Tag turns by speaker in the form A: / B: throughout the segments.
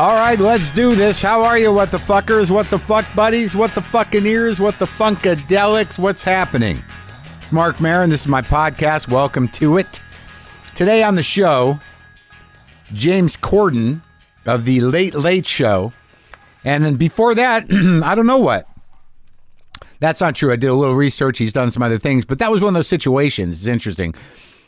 A: All right, let's do this. How are you, what the fuckers? What the fuck buddies? What the fucking ears? What the funkadelics? What's happening? Mark Marin, this is my podcast. Welcome to it. Today on the show, James Corden of the Late Late Show. And then before that, I don't know what. That's not true. I did a little research. He's done some other things, but that was one of those situations. It's interesting.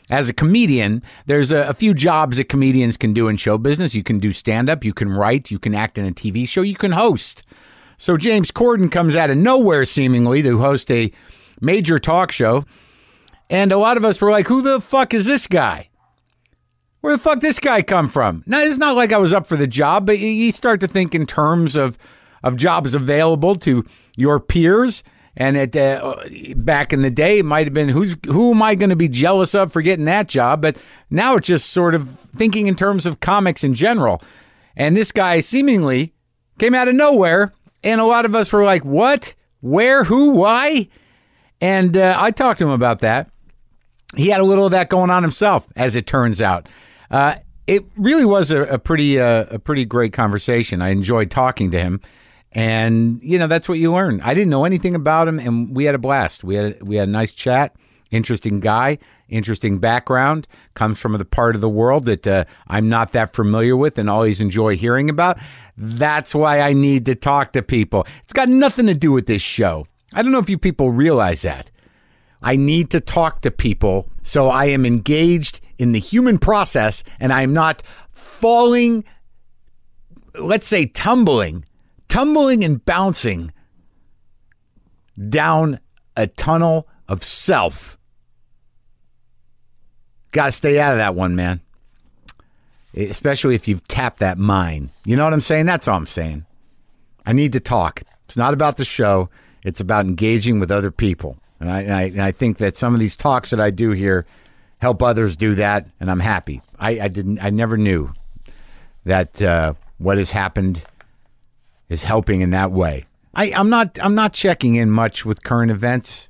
A: As a comedian, there's a, a few jobs that comedians can do in show business. You can do stand up, you can write, you can act in a TV show, you can host. So James Corden comes out of nowhere, seemingly, to host a major talk show. And a lot of us were like, who the fuck is this guy? Where the fuck this guy come from? Now, it's not like I was up for the job, but you- you start to think in terms of of jobs available to your peers. And at uh, back in the day, it might have been who's who am I going to be jealous of for getting that job? But now it's just sort of thinking in terms of comics in general. And this guy seemingly came out of nowhere, and a lot of us were like, "What? Where? Who? Why?" And uh, I talked to him about that he had a little of that going on himself, as it turns out. Uh, it really was a, a pretty uh, a pretty great conversation. I enjoyed talking to him, and you know that's what you learn. I didn't know anything about him, and we had a blast. We had we had a nice chat. Interesting guy, interesting background. Comes from the part of the world that uh, I'm not that familiar with, and always enjoy hearing about. That's why I need to talk to people. It's got nothing to do with this show. I don't know if you people realize that. I need to talk to people so I am engaged in the human process and I'm not falling, let's say tumbling, tumbling and bouncing down a tunnel of self. Got to stay out of that one, man. Especially if you've tapped that mine. You know what I'm saying? That's all I'm saying. I need to talk. It's not about the show. It's about engaging with other people. And I, and I, and I think that some of these talks that I do here help others do that. And I'm happy. I, I didn't, I never knew that uh, what has happened is helping in that way. I, I'm not, I'm not checking in much with current events.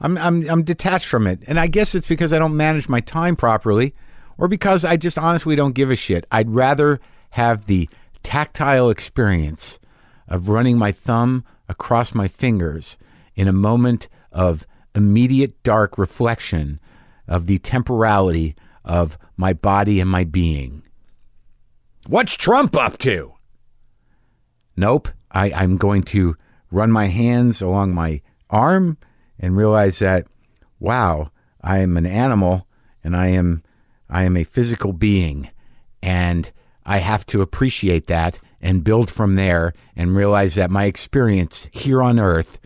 A: I'm, I'm, I'm detached from it. And I guess it's because I don't manage my time properly or because I just honestly don't give a shit. I'd rather have the tactile experience of running my thumb across my fingers in a moment of immediate dark reflection of the temporality of my body and my being. What's Trump up to? Nope. I, I'm going to run my hands along my arm and realize that, wow, I am an animal and I am I am a physical being and I have to appreciate that and build from there and realize that my experience here on earth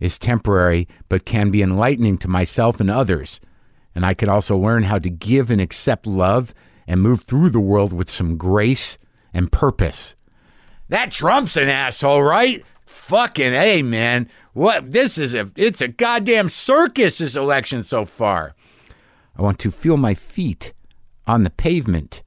A: is temporary but can be enlightening to myself and others. And I could also learn how to give and accept love and move through the world with some grace and purpose. That Trump's an asshole, right? Fucking A, man. What this is a it's a goddamn circus this election so far. I want to feel my feet on the pavement.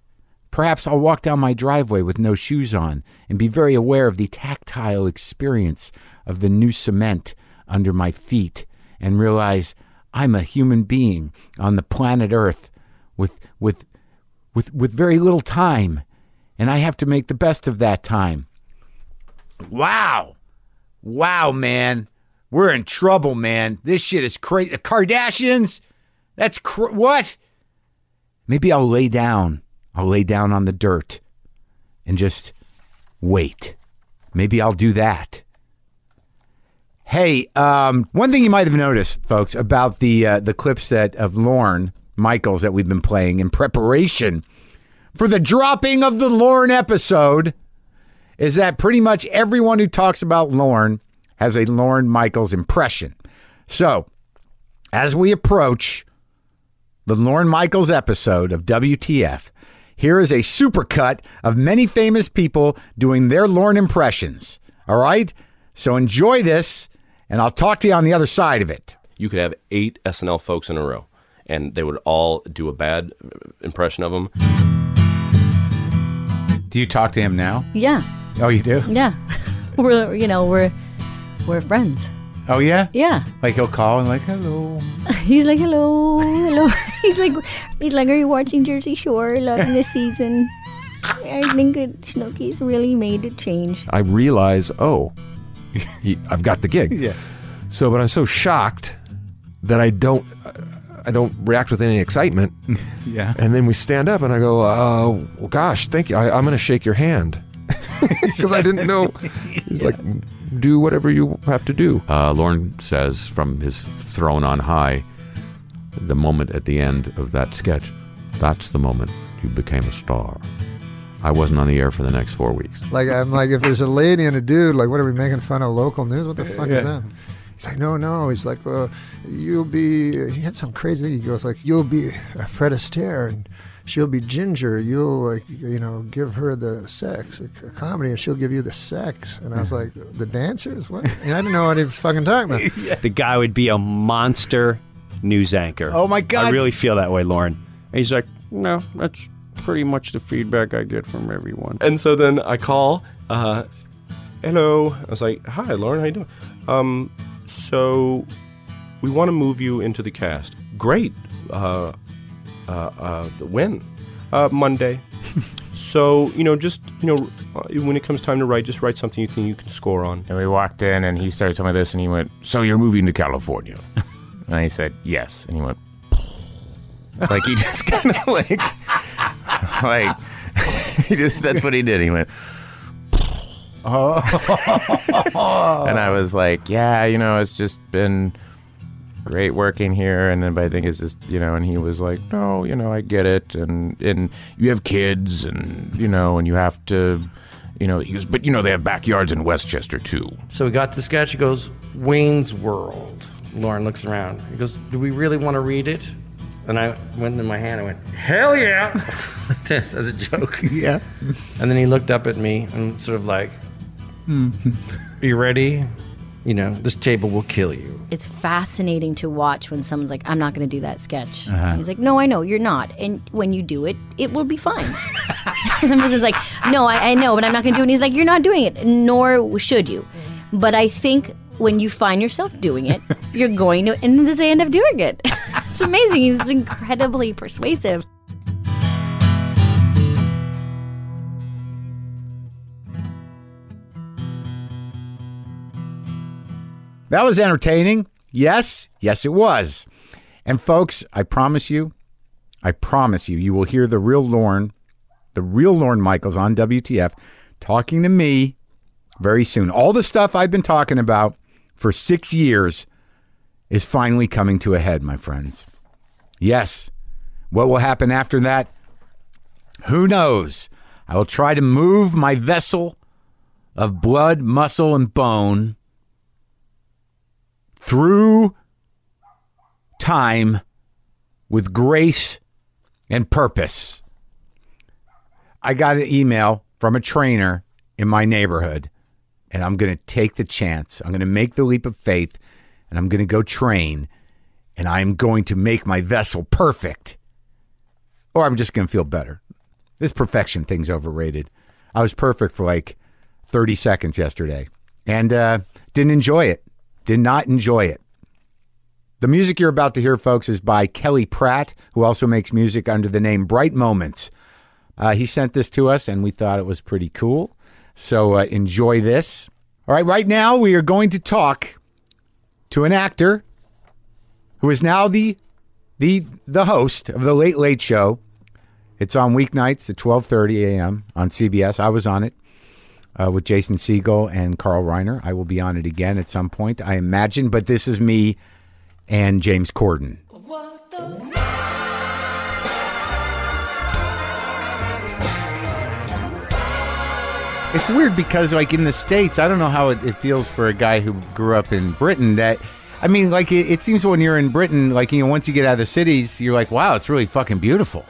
A: Perhaps I'll walk down my driveway with no shoes on and be very aware of the tactile experience of the new cement under my feet and realize I'm a human being on the planet Earth with with with with very little time and I have to make the best of that time. Wow. Wow, man. We're in trouble, man. This shit is crazy. The Kardashians? That's cr- what? Maybe I'll lay down. I'll lay down on the dirt and just wait. Maybe I'll do that. Hey, um, one thing you might have noticed, folks, about the uh, the clips that of Lorne Michaels that we've been playing in preparation for the dropping of the Lorne episode is that pretty much everyone who talks about Lorne has a Lorne Michaels impression. So, as we approach the Lorne Michaels episode of WTF, here is a supercut of many famous people doing their Lorne impressions. All right? So enjoy this, and I'll talk to you on the other side of it.
B: you could have eight SNL folks in a row, and they would all do a bad uh, impression of him.
A: Do you talk to him now?
C: Yeah,
A: Oh, you do?
C: yeah. we're you know we're we're friends.
A: Oh, yeah?
C: Yeah.
A: Like he'll call and like, hello.
C: He's like hello, hello. he's like he's like are you watching Jersey Shore? Loving this season. I think that Snooki's really made a change.
D: I realize, oh, he- I've got the gig.
A: Yeah.
D: So, but I'm so shocked that I don't, I don't react with any excitement.
A: Yeah.
D: And then we stand up, and I go, uh, well, gosh, thank you. I, I'm going to shake your hand because I didn't know. He's like, do whatever you have to do.
E: Uh, Lorne says from his throne on high, the moment at the end of that sketch, that's the moment you became a star. I wasn't on the air for the next four weeks.
F: Like I'm like, if there's a lady and a dude, like what are we making fun of local news? What the fuck is that? He's like, no, no. He's like, well, you'll be. He had some crazy. He goes like, you'll be a Fred Astaire and she'll be Ginger. You'll like, you know, give her the sex, a comedy, and she'll give you the sex. And I was like, the dancers? What? And I didn't know what he was fucking talking about.
G: The guy would be a monster news anchor.
A: Oh, my God.
G: I really feel that way, Lauren. And he's like, no, that's pretty much the feedback I get from everyone.
B: And so then I call, uh, hello. I was like, hi, Lauren, how you doing? Um, so we want to move you into the cast. Great. Uh, uh, uh, when? Uh, Monday. so, you know, just, you know, uh, when it comes time to write, just write something you think you can score on.
H: And we walked in, and he started telling me this, and he went, "So you're moving to California?" and I said, "Yes." And he went, like he just kind of like, like he just that's what he did. He went, oh, and I was like, "Yeah, you know, it's just been." Great working here, and then but I think it's just you know, and he was like, no, you know, I get it, and and you have kids, and you know, and you have to, you know, he goes, but you know, they have backyards in Westchester too,
I: So we got the sketch. He goes, Wayne's World. Lauren looks around. He goes, Do we really want to read it? And I went in my hand. I went, Hell yeah! like this as a joke.
A: Yeah.
I: And then he looked up at me and sort of like,
A: Hmm.
I: Are you ready? You know, this table will kill you.
C: It's fascinating to watch when someone's like, I'm not going to do that sketch. And He's like, No, I know, you're not. And when you do it, it will be fine. and the person's like, No, I, I know, but I'm not going to do it. And he's like, You're not doing it, nor should you. But I think when you find yourself doing it, you're going to, and this end up doing it. it's amazing. He's incredibly persuasive.
A: That was entertaining. Yes, yes, it was. And folks, I promise you, I promise you, you will hear the real Lorne, the real Lorne Michaels on WTF talking to me very soon. All the stuff I've been talking about for six years is finally coming to a head, my friends. Yes. What will happen after that? Who knows? I will try to move my vessel of blood, muscle, and bone through time with grace and purpose. I got an email from a trainer in my neighborhood, and I'm going to take the chance. I'm going to make the leap of faith, and I'm going to go train, and I'm going to make my vessel perfect. Or I'm just going to feel better. This perfection thing's overrated. I was perfect for like 30 seconds yesterday and uh, didn't enjoy it. Did not enjoy it. The music you're about to hear, folks, is by Kelly Pratt, who also makes music under the name Bright Moments. Uh, he sent this to us, and we thought it was pretty cool. So uh, enjoy this. All right, right now we are going to talk to an actor who is now the the the host of the Late Late Show. It's on weeknights at 12:30 a.m. on CBS. I was on it uh, with Jason Siegel and Carl Reiner. I will be on it again at some point, I imagine. But this is me and James Corden. It's weird because, like in the states, I don't know how it, it feels for a guy who grew up in Britain. That I mean, like it, it seems when you're in Britain, like you know, once you get out of the cities, you're like, wow, it's really fucking beautiful.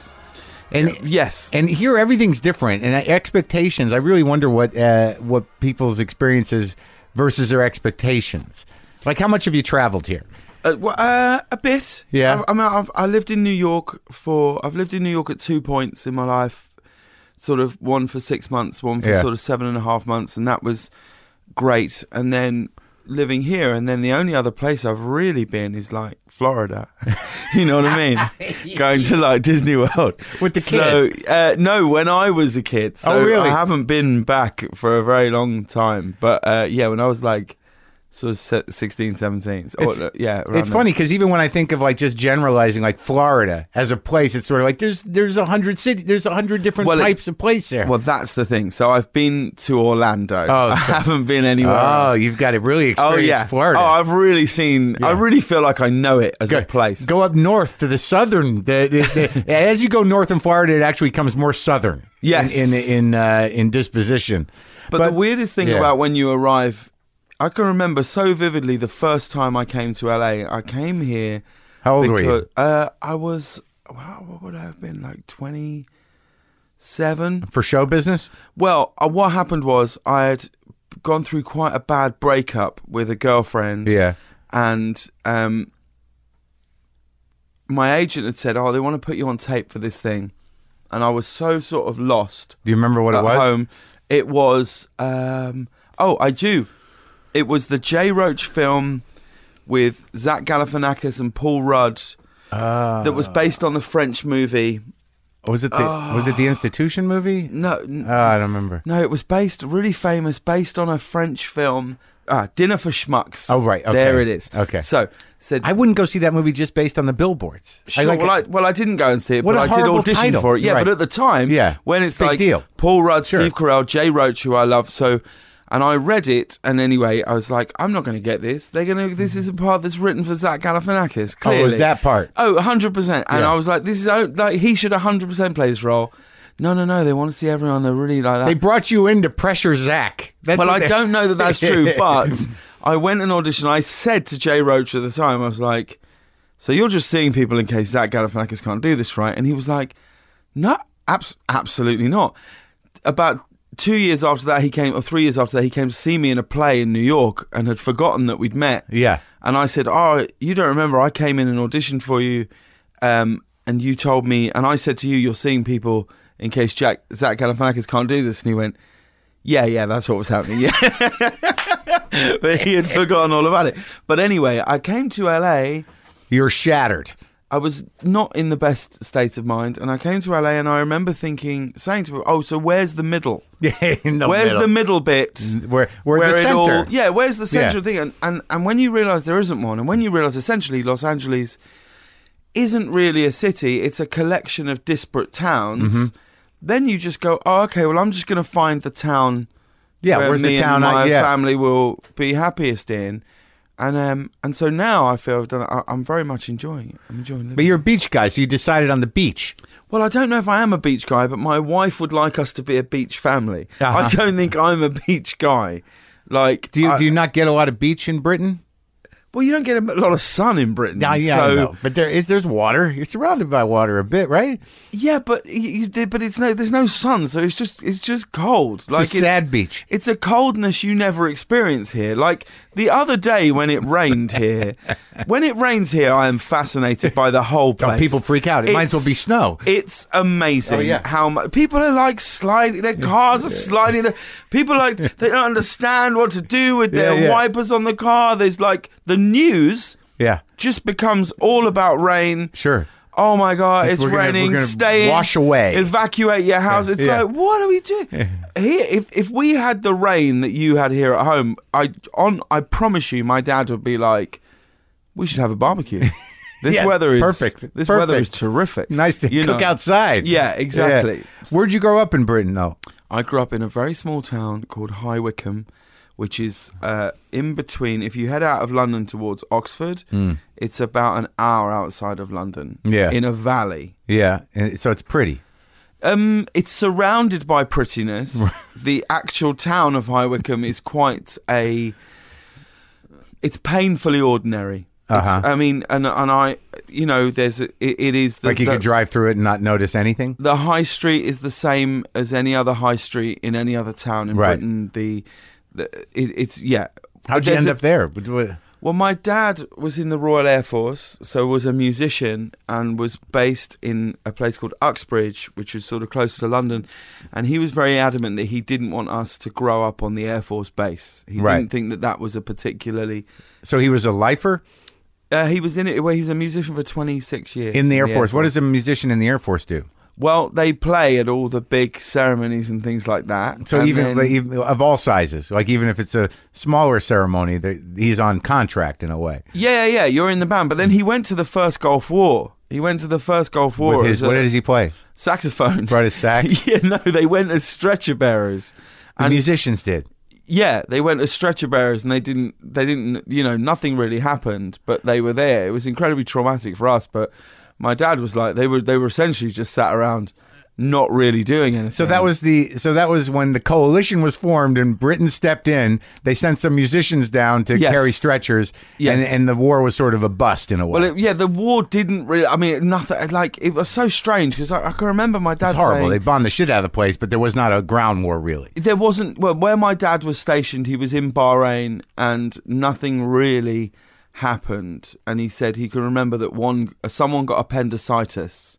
A: And
J: Yes.
A: and here everything's different and expectations i really wonder what uh, what people's experiences versus their expectations like how much have you traveled here
J: Uh, well, uh, a bit.
A: Yeah.
J: I, I mean, I've I lived in New York for I've lived in New York at two points in my life, sort of one for six months, one for
A: Yeah.
J: sort of seven and a half months, and that was great. And then living here, and then the only other place I've really been is like Florida. you know what I mean? Going to like Disney World
I: With the
J: So uh, no, when I was a kid, so
I: Oh, really?
J: I haven't been back for a very long time. But uh, yeah, when I was like sort of se- 16, 17. so-
A: It's-
J: or, uh, yeah, around
A: It's
J: then.
A: funny because even when I think of like just generalizing like Florida as a place, it's sort of like there's there's a hundred city, there's a hundred different
J: Well, it-
A: types of place there.
J: Well, that's the thing. So I've been to Orlando.
A: Oh,
J: I
A: so-
J: haven't been anywhere.
A: oh,
J: else.
A: you've got it really
J: Oh
A: experienced
J: yeah,
A: Florida.
J: Oh, I've really seen. I really feel like I know it as a place.
A: go up north to the southern. The, the, the, as you go north in Florida, it actually becomes more southern.
J: Yes.
A: in in in, uh, in disposition.
J: But, the weirdest thing
A: yeah.
J: about when you arrive, I can remember so vividly the first time I came to LA. I came here.
A: How old were you?
J: becau- Uh, I was. Wow, what would I have been like? Twenty-seven.
A: for show business.
J: Well, uh, what happened was I had gone through quite a bad breakup with a girlfriend.
A: Yeah.
J: And um, my agent had said, "Oh, they want to put you on tape for this thing," and I was so sort of lost.
A: Do you remember what
J: at
A: it was?
J: Home, it was. Um, oh, I do. It was the Jay Roach film with Zach Galifianakis and Paul Rudd
A: Ah.
J: that was based on the French movie.
A: Was it the was it the institution movie?
J: No, n-
A: Oh, I don't remember.
J: no, it was based really famous, based on a French film, ah, Dinner for Schmucks.
A: Oh, right, okay.
J: there it is.
A: Okay.
J: so said.
A: I wouldn't go see that movie just based on the billboards.
J: Sure,
A: I like
J: well, I, well, I didn't go and see it,
A: What
J: but
A: a
J: I did
A: horrible
J: audition
A: title.
J: for it. Yeah,
A: Right.
J: but at the time,
A: Yeah.
J: when it's
A: Big
J: like
A: deal.
J: Paul Rudd,
A: Sure.
J: Steve Carell, Jay Roach, who I love, so. And I read it, and anyway, I was like, "I'm not going to get this. They're going to. This is a part that's written for Zach Galifianakis.
A: oh,
J: Clearly,
A: it was that part.
J: Oh, 100%. And
A: Yeah.
J: I was like, this is oh, like he should 100% play this role. No, no, no. They want to see everyone. They're really like that.
A: They brought you in to pressure Zach. That's
J: well,
A: what
J: I
A: they-
J: don't know that that's true, but I went and auditioned. I said to Jay Roach at the time, I was like, so you're just seeing people in case Zach Galifianakis can't do this, right? And he was like, no, abs- absolutely not. About two years after that, he came, or three years after that, he came to see me in a play in New York and had forgotten that we'd met.
A: yeah.
J: And I said, Oh, you don't remember. I came in and auditioned for you. Um, and you told me, and I said to you, You're seeing people in case Jack, Zach Galifianakis can't do this. And he went, Yeah, yeah, that's what was happening. Yeah. but he had forgotten all about it. But anyway, I came to LA.
A: You're shattered.
J: I was not in the best state of mind. And I came to LA and I remember thinking, saying to him, Oh, so where's the middle?
A: In the
J: Where's
A: middle. Mm,
J: the middle bit?
A: where where, the
J: it
A: center?
J: all- yeah, where's the central
A: Yeah.
J: thing? And, and and when you realise there isn't one, and when you realise essentially Los Angeles isn't really a city, it's a collection of disparate towns,
A: Mm-hmm.
J: then you just go, oh, okay, well, I'm just going to find the town
A: Yeah,
J: where
A: where's
J: me
A: the town?
J: and
A: I-
J: my
A: yeah.
J: family will be happiest in. And um and so now I feel I've done. I, I'm very much enjoying it. I'm enjoying living.
A: But you're a beach guy, so you decided on the beach.
J: Well, I don't know if I am a beach guy, but my wife would like us to be a beach family. I
A: Uh-huh.
J: don't think I'm a beach guy. Like,
A: Do you
J: I-
A: do you not get a lot of beach in Britain?
J: Well, you don't get a lot of sun in Britain.
A: Yeah, yeah, I
J: so-
A: know. But there is there's water. You're surrounded by water a bit, right?
J: yeah, but you, you- but it's no, there's no sun, so it's just it's just cold.
A: It's a sad beach.
J: It's a coldness you never experience here. Like the other day when it rained here, when it rains here, I am fascinated by the whole
A: Oh,
J: place.
A: people freak out. It might as well
J: It's-
A: be snow.
J: It's amazing
A: Oh, yeah.
J: how mu- people are like sliding. Their cars are sliding. Their, people like they don't understand what to do with their
A: Yeah, yeah.
J: wipers on the car. There's like the news
A: Yeah,
J: just becomes all about rain.
A: sure.
J: Oh my god, it's
A: we're gonna-
J: raining.
A: we're gonna
J: Stay in.
A: wash away.
J: Evacuate your house. It's
A: yeah.
J: like, what are we doing? Here, if if we had the rain that you had here at home, I on I promise you, my dad would be like, we should have a barbecue. This
A: Yeah,
J: weather is
A: perfect,
J: This
A: perfect.
J: weather is terrific.
A: Nice to
J: You
A: cook
J: know.
A: outside.
J: Yeah, exactly.
A: Where'd you grow up in Britain, though?
J: I grew up in a very small town called High Wycombe, which is uh, in between. If you head out of London towards Oxford, it's about an hour outside of London.
A: Hmm. Yeah.
J: in a valley.
A: Yeah, and so it's pretty.
J: Um, it's surrounded by prettiness. the actual town of High Wycombe is quite a. It's painfully ordinary. It's-
A: Uh-huh.
J: I mean, and and I, you know, there's a, it, it is the,
A: Like you
J: the,
A: could drive through it and not notice anything.
J: the high street is the same as any other high street in any other town in
A: Right.
J: Britain. The, the it, it's yeah.
A: How'd you
J: There's
A: end
J: a-
A: up there? What- what-
J: Well, my dad was in the Royal Air Force, so was a musician and was based in a place called Uxbridge, which is sort of close to London. And he was very adamant that he didn't want us to grow up on the Air Force base. He
A: Right.
J: didn't think that that was a particularly.
A: So he was a lifer
J: Uh, he was in it. Well, he was a musician for 26 years
A: in the Air Force. What does a musician in the Air Force do?
J: Well, they play at all the big ceremonies and things like that.
A: So
J: And
A: even,
J: then-
A: like, even of all sizes, like even if it's a smaller ceremony, they- he's on contract in a way.
J: yeah, yeah, yeah, you're in the band. But then he went to the first Gulf War. He went to the first Gulf War.
A: With his,
J: as a-
A: what does he play?
J: Saxophone.
A: Brought his sax.
J: yeah, no, they went as stretcher bearers.
A: The musicians did.
J: Yeah, they went as stretcher bearers, and they didn't. They didn't. You know, nothing really happened, but they were there. It was incredibly traumatic for us. But my dad was like, they were. They were essentially just sat around, not really doing anything.
A: So that was the so that was when the coalition was formed and Britain stepped in. They sent some musicians down to
J: Yes.
A: carry stretchers, and
J: Yes.
A: and the war was sort of a bust in a way.
J: Well, it, yeah, the war didn't really. I mean, nothing. Like it was so strange because I, I can remember my dad.
A: it's horrible.
J: saying-
A: they bombed the shit out of the place, but there was not a ground war really.
J: there wasn't well where my dad was stationed he was in bahrain and nothing really happened and he said he can remember that one uh, someone got appendicitis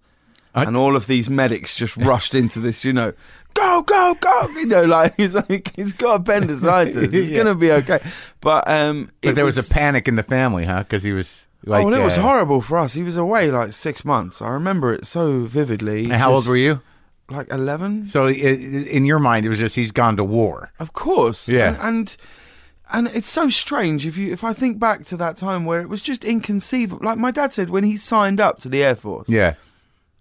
J: and all of these medics just rushed into this you know go go go you know like he's like he's got appendicitis it's
A: Yeah.
J: gonna be okay but um
A: But
J: it
A: there was, a panic in the family, huh? Because he was like,
J: oh, well, it was
A: uh,
J: horrible for us. He was away like six months. I remember it so vividly.
A: And how old were you?
J: Like eleven.
A: So i i in your mind, it was just he's gone to war.
J: Of course.
A: Yeah.
J: And, and and it's so strange if you if I think back to that time where it was just inconceivable. Like my dad said when he signed up to the Air Force,
A: Yeah,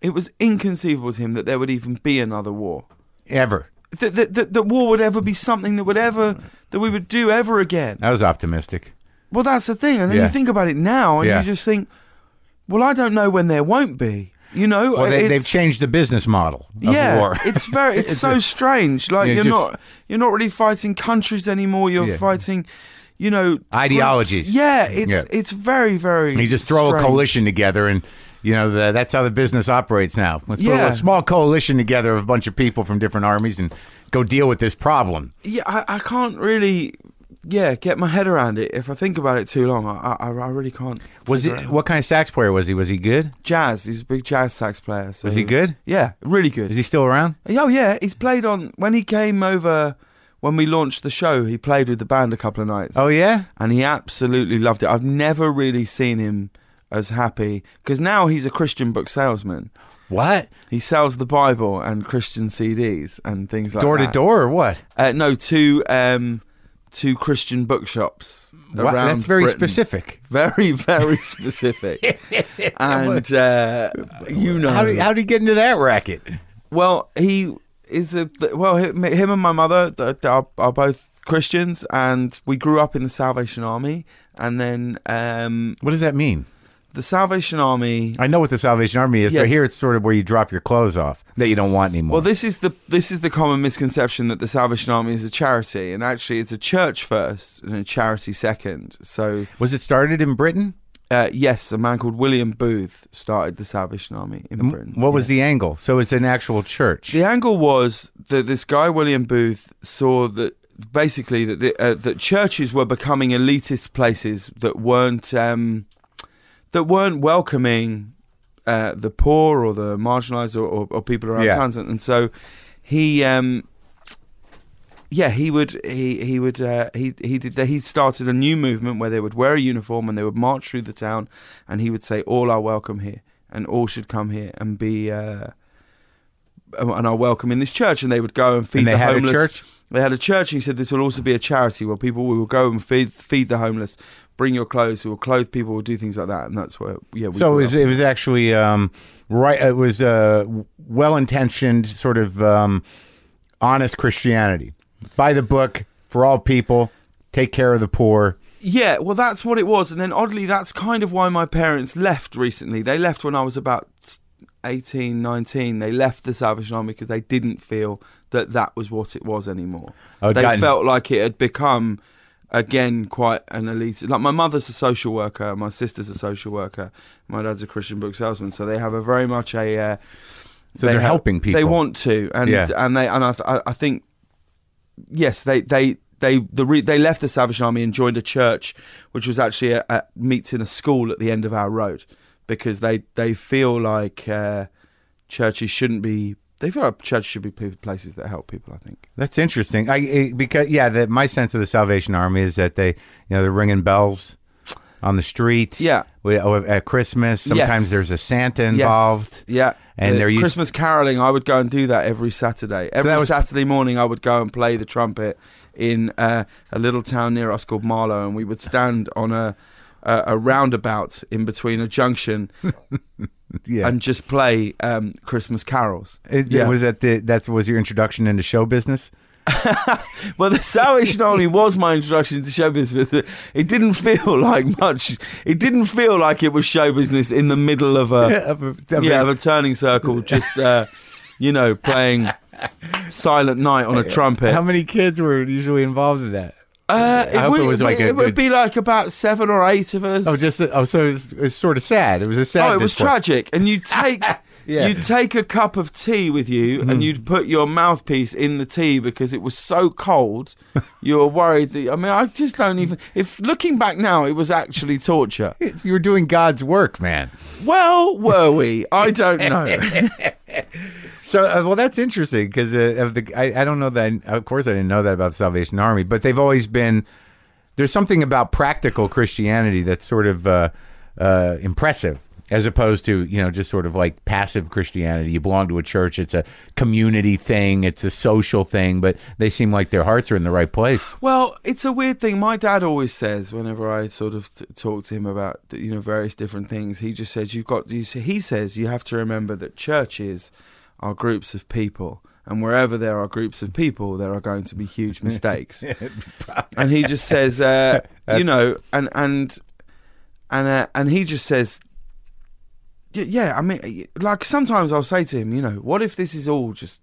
J: it was inconceivable to him that there would even be another war.
A: ever.
J: That that, that that war would ever be something that would ever that we would do ever again.
A: That was optimistic.
J: Well, that's the thing. And then
A: Uh, Yeah.
J: you think about it now and
A: Yeah.
J: you just think, well, I don't know when there won't be. You know,
A: Well, they, they've
J: it's-
A: changed the business model of
J: yeah,
A: war.
J: it's very it's,
A: It's
J: so
A: a-
J: strange. Like
A: Yeah,
J: you're
A: just-
J: not you're not really fighting countries anymore. You're
A: Yeah.
J: fighting, you know,
A: Ideologies.
J: groups. Yeah, it's
A: Yeah.
J: it's very very.
A: You just throw a
J: strange.
A: coalition together, and you know the, that's how the business operates now. Let's put a
J: Yeah.
A: little- small coalition together of a bunch of people from different armies and go deal with this problem.
J: Yeah, I, I can't really. Yeah, get my head around it. If I think about it too long, I I, I really can't.
A: Was
J: figure
A: it
J: out.
A: what kind of sax player was he? Was he good?
J: jazz? He's a big jazz sax player. So
A: Was he good?
J: Yeah, really good.
A: Is he still around?
J: Oh yeah, he's played on when he came over when we launched the show. He played with the band a couple of nights.
A: Oh yeah,
J: and he absolutely loved it. I've never really seen him as happy because now he's a Christian book salesman.
A: what
J: He sells the Bible and Christian CDs and things like
A: door
J: that.
A: to door or what?
J: Uh, no, to um, to Christian bookshops
A: Wow,
J: around.
A: that's very
J: Britain.
A: specific.
J: Very very specific. and uh, you know,
A: How did, how did he get into that racket?
J: well, he is a well. hi- Him and my mother th- th- are, are both Christians, and we grew up in the Salvation Army. And then um,
A: What does that mean?
J: the Salvation Army.
A: I know what the Salvation Army is, but
J: Yes.
A: here it's sort of where you drop your clothes off that you don't want anymore.
J: Well, this is the this is the common misconception that the Salvation Army is a charity, and actually it's a church first and a charity second. So,
A: was it started in Britain?
J: uh, yes, a man called William Booth started the Salvation Army in Britain.
A: What was
J: Yeah.
A: the angle? So it's an actual church.
J: The angle was that this guy William Booth saw that basically that the, uh, that churches were becoming elitist places that weren't um, that weren't welcoming uh, the poor or the marginalised or, or, or people around
A: Yeah.
J: towns, and, and so he. Um, yeah, he would. He he would. Uh, he he did. He started a new movement where they would wear a uniform and they would march through the town, and he would say, "All are welcome here, and all should come here and be uh, and are welcome in this church." And they would go and feed
A: And they
J: the
A: had a
J: homeless.
A: church?
J: They had a church. And he said, "This will also be a charity where people will go and feed feed the homeless, bring your clothes, we will clothe people, we'll do things like that." And that's where yeah. We
A: So it
J: grew
A: was,
J: up.
A: it was actually um, right. It was uh, well intentioned, sort of um, honest Christianity. By the book for all people. Take care of the poor.
J: Yeah, well, that's what it was. And then oddly, that's kind of why my parents left recently. They left when I was about 18, 19. They left the Salvation Army because they didn't feel that that was what it was anymore.
A: Oh,
J: they
A: gotten-
J: felt like it had become, again, quite an elite. Like, my mother's a social worker, my sister's a social worker, my dad's a Christian book salesman. So they have a very much a. Uh,
A: So they're
J: ha-
A: helping people.
J: They want to, and
A: Yeah.
J: and they and I, I I think yes, they they they the re- they left the Salvation Army and joined a church, which was actually a, a meets in a school at the end of our road, because they they feel like uh, churches shouldn't be. They feel like churches should be p- places that help people. I think.
A: That's interesting. I it, because yeah, that my sense of the Salvation Army is that they, you know, they're ringing bells on the street.
J: Yeah.
A: we, oh, at Christmas, sometimes
J: Yes.
A: there's a Santa involved.
J: Yes. Yeah.
A: And
J: The
A: they're used-
J: Christmas caroling. I would go and do that every Saturday. Every
A: that was-
J: Saturday morning, I would go and play the trumpet in uh, a little town near us called Marlow, and we would stand on a a, a roundabout in between a junction
A: Yeah,
J: and just play um, Christmas carols.
A: it,
J: yeah.
A: it was at the that was your introduction into show business.
J: Well, the Salvation Army was my introduction to show business. but It didn't feel like much. It didn't feel like it was show business in the middle of a
A: Of a- of a-
J: yeah of a turning circle, just uh, you know playing Silent Night on a trumpet.
A: How many kids were usually involved in that?
J: Uh,
A: I hope it was like a
J: it
A: good-
J: would be like about seven or eight of us.
A: Oh, just oh, so it's it's sort of sad. It was a sad.
J: oh, it was
A: discourse.
J: tragic. And you take
A: Yeah. Hmm.
J: you take a cup of tea with you, and you'd put your mouthpiece in the tea because it was so cold. you were worried that I mean, I just don't even. If looking back now, it was actually torture.
A: It's- You were doing God's work, man.
J: well, were we? I don't know.
A: So, uh, well, that's interesting because uh, of the I, I don't know that. Of course, I didn't know that about the Salvation Army, but they've always been. There's something about practical Christianity that's sort of uh, uh, impressive, as opposed to you know just sort of like passive Christianity. You belong to a church; it's a community thing, it's a social thing. But they seem like their hearts are in the right place.
J: Well, it's a weird thing. My dad always says whenever I sort of t- talk to him about you know various different things, he just says you've got. You see, he says you have to remember that churches are groups of people, and wherever there are groups of people, there are going to be huge mistakes. and he just says, uh, you know, and and and uh, and he just says, "Y- yeah. I mean, y- like sometimes I'll say to him, you know, what if this is all just,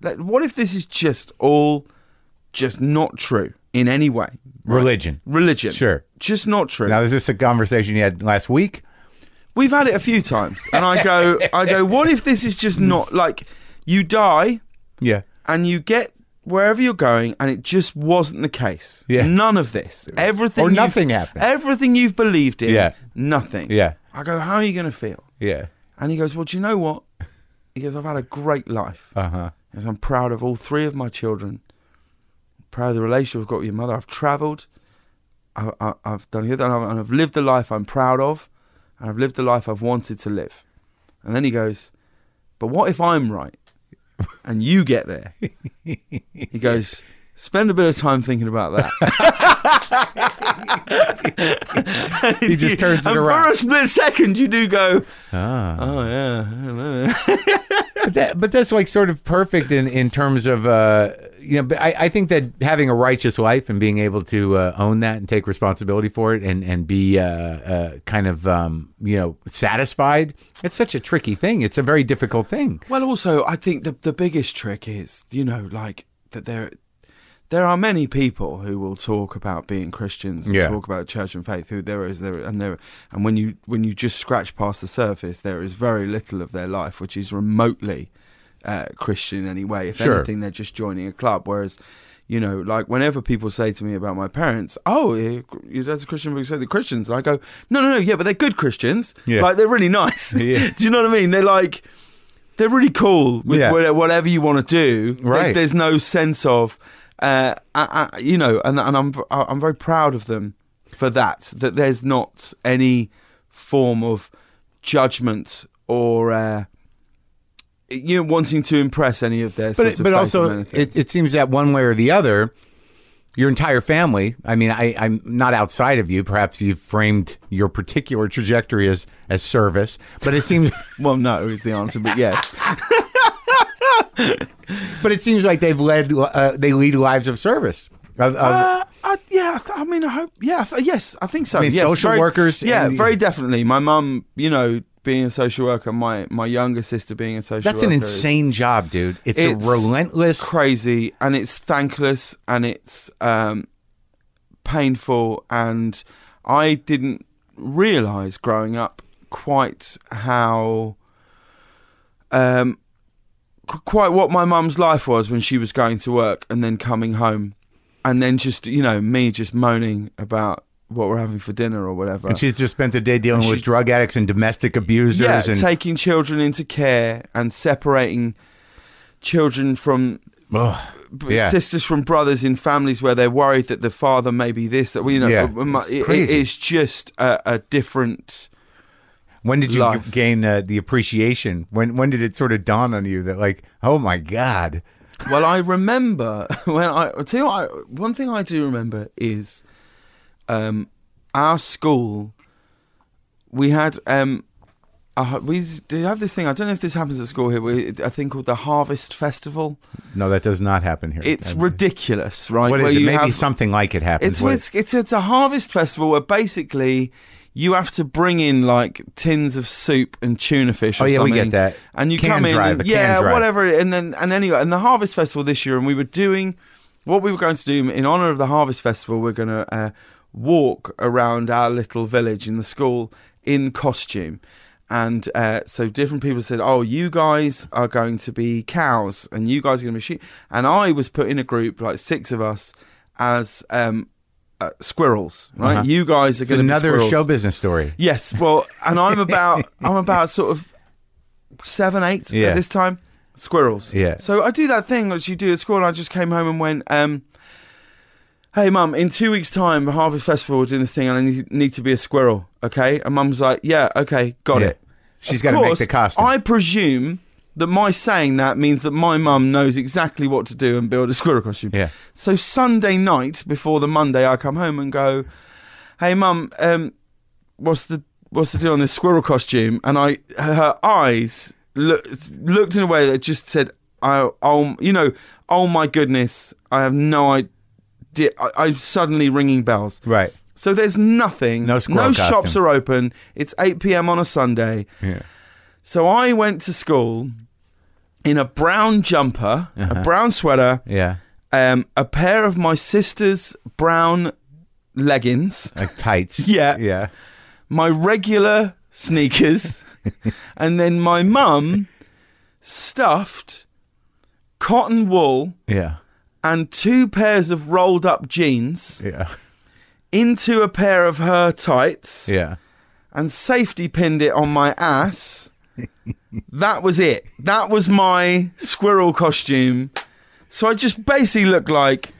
J: like, what if this is just all, just not true in any way?
A: Religion.
J: Religion,
A: Sure.
J: just not true.
A: Now, is this a conversation you had last week?
J: We've had it a few times, and I go, I go, what if this is just not like, you die,
A: Yeah.
J: and you get wherever you're going, and it just wasn't the case.
A: Yeah.
J: None of this. Everything
A: Or
J: you've-
A: nothing happened.
J: Everything you've believed in.
A: Yeah.
J: Nothing.
A: Yeah.
J: I go, how are you going to feel?
A: Yeah.
J: And he goes, well, do you know what? He goes, I've had a great life.
A: Uh huh.
J: He goes, I'm proud of all three of my children. proud of the relationship I've got with your mother. I've travelled. I, I, I've done it, and I've, and I've lived the life I'm proud of, and I've lived the life I've wanted to live. And then he goes, but what if I'm right? And you get there. He goes, spend a bit of time thinking about that.
A: He just turns it
J: and for
A: around.
J: a split second, you do go,
A: Ah.
J: oh yeah,
A: that, but that's like sort of perfect in, in terms of uh, you know. But I, I think that having a righteous life and being able to uh, own that and take responsibility for it and and be uh, uh, kind of um, you know satisfied. It's such a tricky thing. It's a very difficult thing.
J: Well, also, I think the the biggest trick is, you know, like that there there are many people who will talk about being Christians and
A: Yeah.
J: talk about church and faith. Who there is there and there and when you when you just scratch past the surface, there is very little of their life which is remotely uh, Christian in any way. If
A: Sure.
J: anything, they're just joining a club. Whereas. You know, like whenever people say to me about my parents, oh, yeah, your dad's a Christian, but you say the Christians. I go, no, no, no, yeah, but they're good Christians.
A: Yeah.
J: Like they're really nice.
A: Yeah.
J: Do you know what I mean? They're like, they're really cool with
A: Yeah.
J: whate- whatever you want to do. There-
A: Right.
J: there's no sense of, uh, I, I, you know, and, and I'm I- I'm very proud of them for that. That there's not any form of judgment or. Uh, you know, wanting to impress any of their, sort
A: But
J: of
A: it, but
J: faith and
A: also,
J: anything.
A: it, it seems that one way or the other, your entire family. I mean, I, I'm not outside of you. Perhaps you've framed your particular trajectory as as service, but it seems.
J: well, no, is the answer, but yes,
A: But it seems like they've led uh, they lead lives of service. Of, of,
J: Uh, I, yeah, I, th- I mean, I hope. Yeah, I th- yes, I think so.
A: I mean,
J: Yes,
A: social
J: very-
A: workers
J: Yeah,
A: and-
J: very definitely. My mum, you know, being a social worker. My my younger sister being a social.
A: that's an
J: worker is
A: insane job, dude. It's,
J: It's
A: a relentless.
J: crazy, and it's thankless, and it's um, painful, and I didn't realize growing up quite how. Um, qu- quite what my mum's life was when she was going to work and then coming home and then just you know me just moaning about what we're having for dinner or whatever.
A: And she's just spent the day dealing
J: And
A: with
J: she-
A: drug addicts and domestic abusers.
J: yeah,
A: and
J: taking children into care and separating children from
A: Ugh,
J: b-
A: yeah.
J: sisters from brothers in families where they're worried that the father may be this. That well, you know,
A: Yeah,
J: uh, my-
A: it's
J: it- it
A: crazy.
J: is just a, a different.
A: when did you
J: life.
A: g- gain uh, the appreciation? When when did it sort of dawn on you that like, oh my god,
J: Well, I remember when I I'll tell you what, I, one thing I do remember is um, our school. We had um, a, we did have this thing. I don't know if this happens at school here. We, a thing called the Harvest Festival.
A: no, that does not happen here.
J: It's
A: Uh,
J: ridiculous, right?
A: what
J: Where
A: is it?
J: you
A: Maybe
J: have-
A: something like it happens.
J: It's,
A: What-
J: it's it's it's a harvest festival where basically you have to bring in like tins of soup and tuna fish. Or
A: Oh, yeah, we get
J: something,
A: that.
J: And you
A: Can
J: come in,
A: drive,
J: and-
A: a can
J: yeah,
A: drive.
J: whatever. And then and anyway, and the harvest festival this year, and we were doing what we were going to do in honor of the harvest festival. We're going to uh, walk around our little village in the school in costume. And uh, so different people said, "Oh, you guys are going to be cows, and you guys are going to be sheep." And I was put in a group, like six of us, as um, uh, squirrels, right?
A: Uh-huh.
J: You guys are
A: it's
J: going to
A: another
J: be squirrels.
A: show business story.
J: Yes, well, and I'm about I'm about sort of seven, eight
A: Yeah.
J: at this time. Squirrels.
A: Yeah.
J: So I do that thing that you do at school, and I just came home and went, um, "Hey, mum, in two weeks' time, the Harvest Festival, we're doing this thing, and I need, need to be a squirrel, okay?" And mum's like, "Yeah, okay, got
A: Yeah.
J: it."
A: She's
J: Of
A: got to make
J: course,
A: the costume.
J: I presume that my saying that means that my mum knows exactly what to do and build a squirrel costume.
A: Yeah.
J: So Sunday night before the Monday, I come home and go, "Hey, mum, um, what's the what's the deal on this squirrel costume?" And I, her eyes look, looked in a way that just said, "I, oh, you know, oh my goodness, I have no idea." I, I'm suddenly ringing bells.
A: right.
J: So there's nothing.
A: No squirrel
J: No
A: costume.
J: shops are open. It's 8 p.m. on a Sunday.
A: Yeah.
J: So I went to school in a brown jumper, a brown sweater,
A: Uh-huh. Yeah.
J: um, a pair of my sister's brown leggings,
A: Like tights.
J: Yeah.
A: Yeah.
J: my regular sneakers, and then my mum stuffed cotton wool
A: Yeah.
J: and two pairs of rolled up jeans
A: Yeah.
J: into a pair of her tights.
A: Yeah.
J: and safety pinned it on my ass. that was it. That was my squirrel costume. So I just basically looked like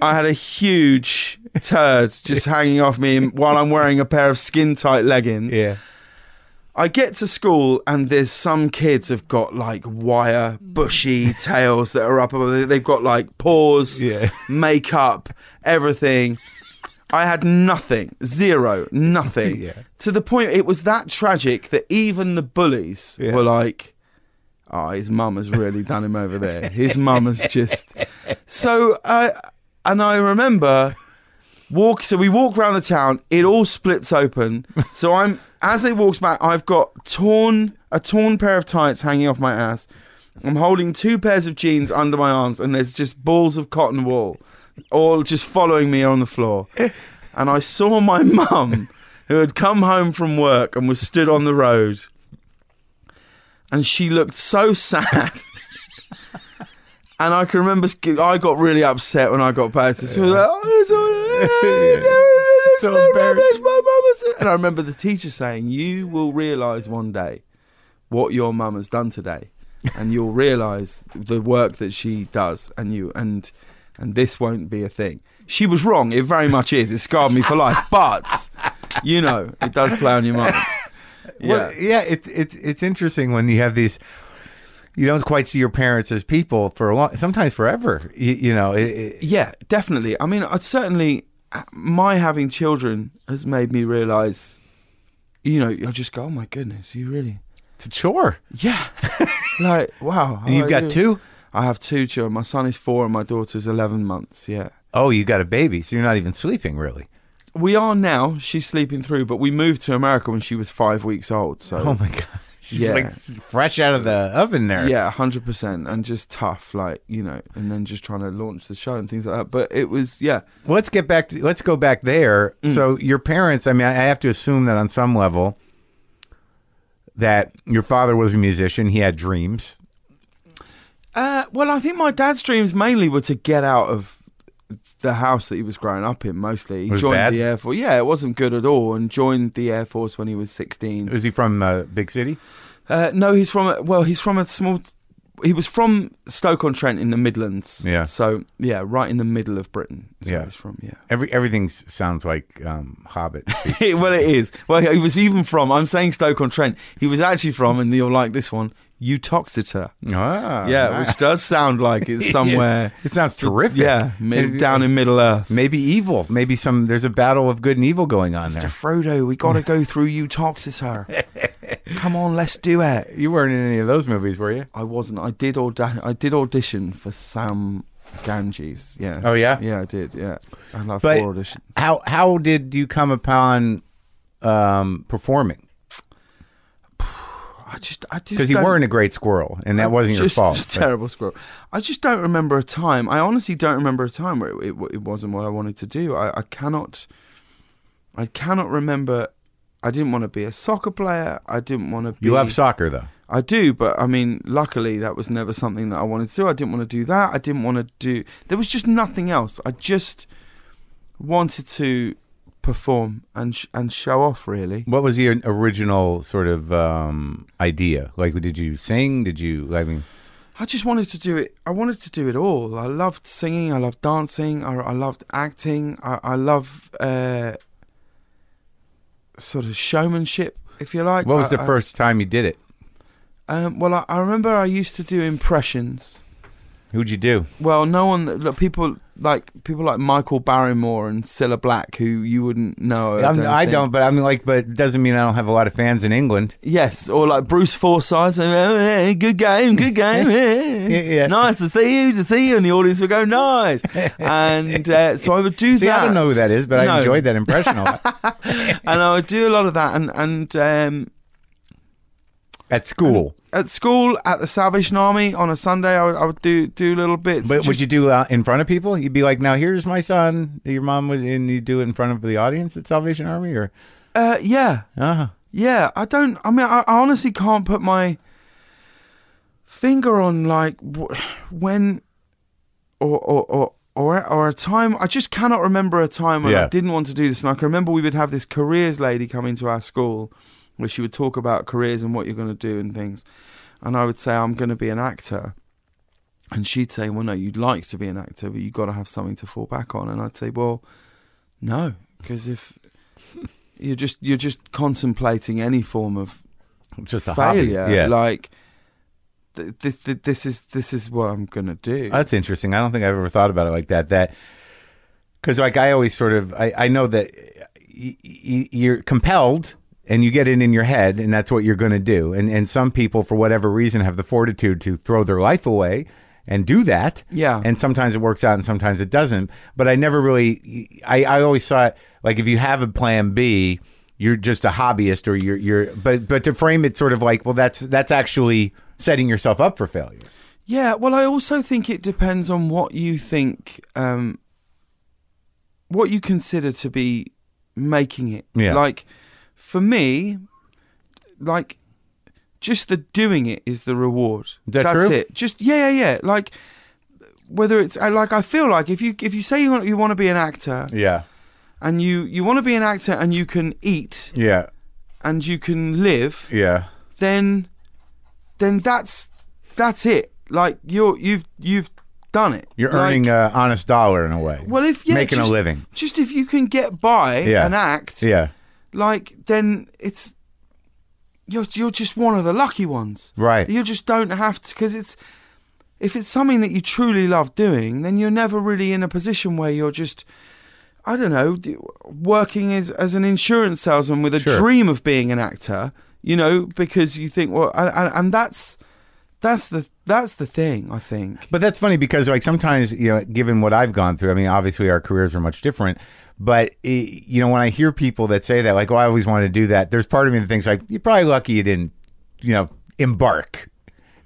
J: I had a huge turd just hanging off me while I'm wearing a pair of skin tight leggings.
A: Yeah.
J: I get to school and there's some kids have got like wire
A: Mm.
J: bushy tails that are up above. they- They've got like paws,
A: Yeah.
J: makeup, everything. I had nothing, zero, nothing.
A: Yeah.
J: To the point it was that tragic that even the bullies
A: Yeah.
J: were like, "Oh, his mum has really done him over there. His mum has just." So I and I remember walk so we walk around the town it all splits open so i'm as it walks back i've got torn a torn pair of tights hanging off my ass i'm holding two pairs of jeans under my arms and there's just balls of cotton wool all just following me on the floor and i saw my mum who had come home from work and was stood on the road and she looked so sad And I can remember sk- I got really upset when I got back to school. Like, oh, it's all,
A: So embarrassing.
J: my mum has-" And I remember the teacher saying, "You will realise one day what your mum has done today, and you'll realise the work that she does, and you and and this won't be a thing." She was wrong. It very much is. It scarred me for life. But you know, it does play on your mind. Yeah.
A: Well, yeah, it's it's it's interesting when you have these. You don't quite see your parents as people for a long, sometimes forever. You, you know, it, it,
J: Yeah, definitely. I mean, I certainly my having children has made me realize, you know, I just go, oh my goodness, you really,
A: it's a chore.
J: yeah, like wow.
A: And you've got two.
J: Oh, I have two children. My son is four, and my daughter's eleven months. Yeah,
A: Oh, you got a baby, so you're not even sleeping really.
J: we are now. She's sleeping through, but we moved to America when she was five weeks old. So.
A: Oh my god, she's
J: Yeah.
A: like s- fresh out of the oven there.
J: Yeah, hundred percent, and just tough, like you know, and then just trying to launch the show and things like that. But it was, yeah,
A: Well, let's get back to let's go back there. So your parents, I mean, I I have to assume that on some level that your father was a musician. He had dreams.
J: Uh, well, I think my dad's dreams mainly were to get out of the house that he was growing up in mostly. He
A: Was it
J: joined
A: bad?
J: the Air Force. Yeah, it wasn't good at all and joined the Air Force when he was 16.
A: Is he from uh, big city?
J: Uh, no, he's from a, well, he's from a small. He was from Stoke on Trent in the Midlands.
A: Yeah.
J: So yeah, right in the middle of Britain. Is
A: Yeah.
J: Where he's from. Yeah.
A: Every everything s- sounds like um, Hobbit.
J: well, it is. Well, he was even from. I'm saying Stoke on Trent. He was actually from, and you'll like this one, Utoxeter.
A: ah,
J: yeah,
A: nice.
J: which does sound like it's somewhere.
A: it sounds terrific.
J: Yeah, mid, down in Middle Earth.
A: maybe evil. Maybe some there's a battle of good and evil going on
J: Mr.
A: there.
J: Frodo, we gotta go through Utoxeter. Come on, let's do it.
A: You weren't in any of those movies, were you?
J: I wasn't. I did audi- I did audition for Sam Ganges. Yeah.
A: Oh, yeah?
J: Yeah, I did. Yeah. I love
A: But-
J: four auditions.
A: How how did you come upon um, performing?
J: I just, I just
A: Because you
J: don't-
A: weren't a great squirrel, and that wasn't your
J: just,
A: fault.
J: Just
A: but-
J: terrible squirrel. I just don't remember a time. I honestly don't remember a time where it, it, it wasn't what I wanted to do. I, I cannot. I cannot remember. I didn't want to be a soccer player. I didn't want to be.
A: you love soccer though.
J: I do, but I mean, luckily that was never something that I wanted to do. I didn't want to do that. I didn't want to do. There was just nothing else. I just wanted to perform and sh- and show off. Really,
A: What was your original sort of um, idea? Like, did you sing? Did you? I mean,
J: I just wanted to do it. I wanted to do it all. I loved singing. I loved dancing. I, I loved acting. I, I love uh, sort of showmanship, if you like.
A: what was
J: I-
A: the
J: I-
A: first time you did it?
J: um, well, I, I remember I used to do impressions.
A: Who'd you do?
J: Well, no one. Look, people like people like Michael Barrymore and Cilla Black, who you wouldn't know.
A: I'm, I
J: think.
A: don't, but I'm like, but it doesn't mean I don't have a lot of fans in England.
J: Yes, or like Bruce Forsyth. and, "Oh, hey, good game, good game. eh.
A: Yeah.
J: Nice to see you, to see you. And the audience would go, nice. And uh, so I would do
A: See,
J: that.
A: I don't know who that is, but I
J: No.
A: enjoyed that impression a lot.
J: And I would do a lot of that. And, and um,
A: at school.
J: at school, at the Salvation Army on a Sunday, I would, I would do, do little bits.
A: But would
J: Just-
A: you do uh, in front of people? You'd be like, "Now here's my son." Your mom would, and you do it in front of the audience at Salvation Army, or
J: Uh, yeah.
A: uh
J: Yeah, I don't. I mean, I, I honestly can't put my finger on like wh- when or or or. Or, or a time I just cannot remember a time when I
A: Yeah.
J: didn't want to do this, and I can remember we would have this careers lady come into our school, where she would talk about careers and what you're going to do and things, and I would say I'm going to be an actor, and she'd say, well no, you'd like to be an actor, but you've got to have something to fall back on, and I'd say, well, no, because if you're just you're just contemplating any form of
A: just a
J: failure,
A: hobby. Yeah,
J: like th- th- th- this is this is what I'm gonna do.
A: Oh, that's interesting. I don't think I've ever thought about it like that. That because like I always sort of I, I know that y- y- you're compelled and you get it in your head and that's what you're going to do. And and some people for whatever reason have the fortitude to throw their life away and do that.
J: Yeah.
A: And sometimes it works out and sometimes it doesn't. But I never really I I always saw it like if you have a plan B. You're just a hobbyist, or you're you're, but but to frame it sort of like, well, that's that's actually setting yourself up for failure.
J: Yeah, well, I also think it depends on what you think, um, what you consider to be making it.
A: Yeah.
J: Like, for me, like, just the doing it is the reward.
A: that
J: That's
A: true?
J: it. Just yeah, yeah, yeah. Like, whether it's I- like I feel like if you if you say you want you want to be an actor
A: Yeah,
J: and you you want to be an actor and you can eat
A: yeah,
J: and you can live,
A: yeah.
J: then then that's that's it. Like you're you've you've done it.
A: You're
J: Like,
A: earning an honest dollar in a way.
J: well if yeah,
A: making
J: just,
A: a living.
J: Just if you can get by
A: Yeah.
J: and act,
A: Yeah,
J: like then it's you're you're just one of the lucky ones.
A: right.
J: You just don't have to because it's if it's something that you truly love doing, then you're never really in a position where you're just I don't know d- working as as an insurance salesman with a
A: Sure.
J: dream of being an actor. You know, because you think well, and, and, and that's that's the that's the thing I think.
A: But that's funny because like sometimes you know, given what I've gone through, I mean, obviously our careers are much different. But eh, you know, when I hear people that say that, like, "Oh, I always wanted to do that," there's part of me that thinks like, "You're probably lucky you didn't, you know, embark."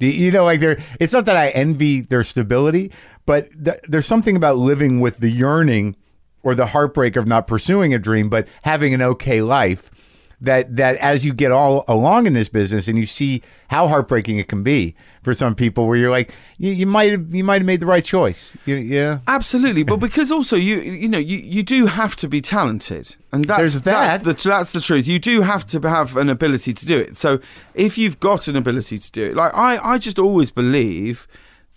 A: Y- You know, like there, it's not that I envy their stability, but th- there's something about living with the yearning or the heartbreak of not pursuing a dream, but having an okay life that that as you get all along in this business and you see how heartbreaking it can be for some people, where you're like, you, you might have you might have made the right choice. You, yeah,
J: Absolutely, but because also you you know you, you do have to be talented, and that's
A: There's that.
J: That's the, that's the truth. You do have to have an ability to do it. So if you've got an ability to do it, like I I just always believe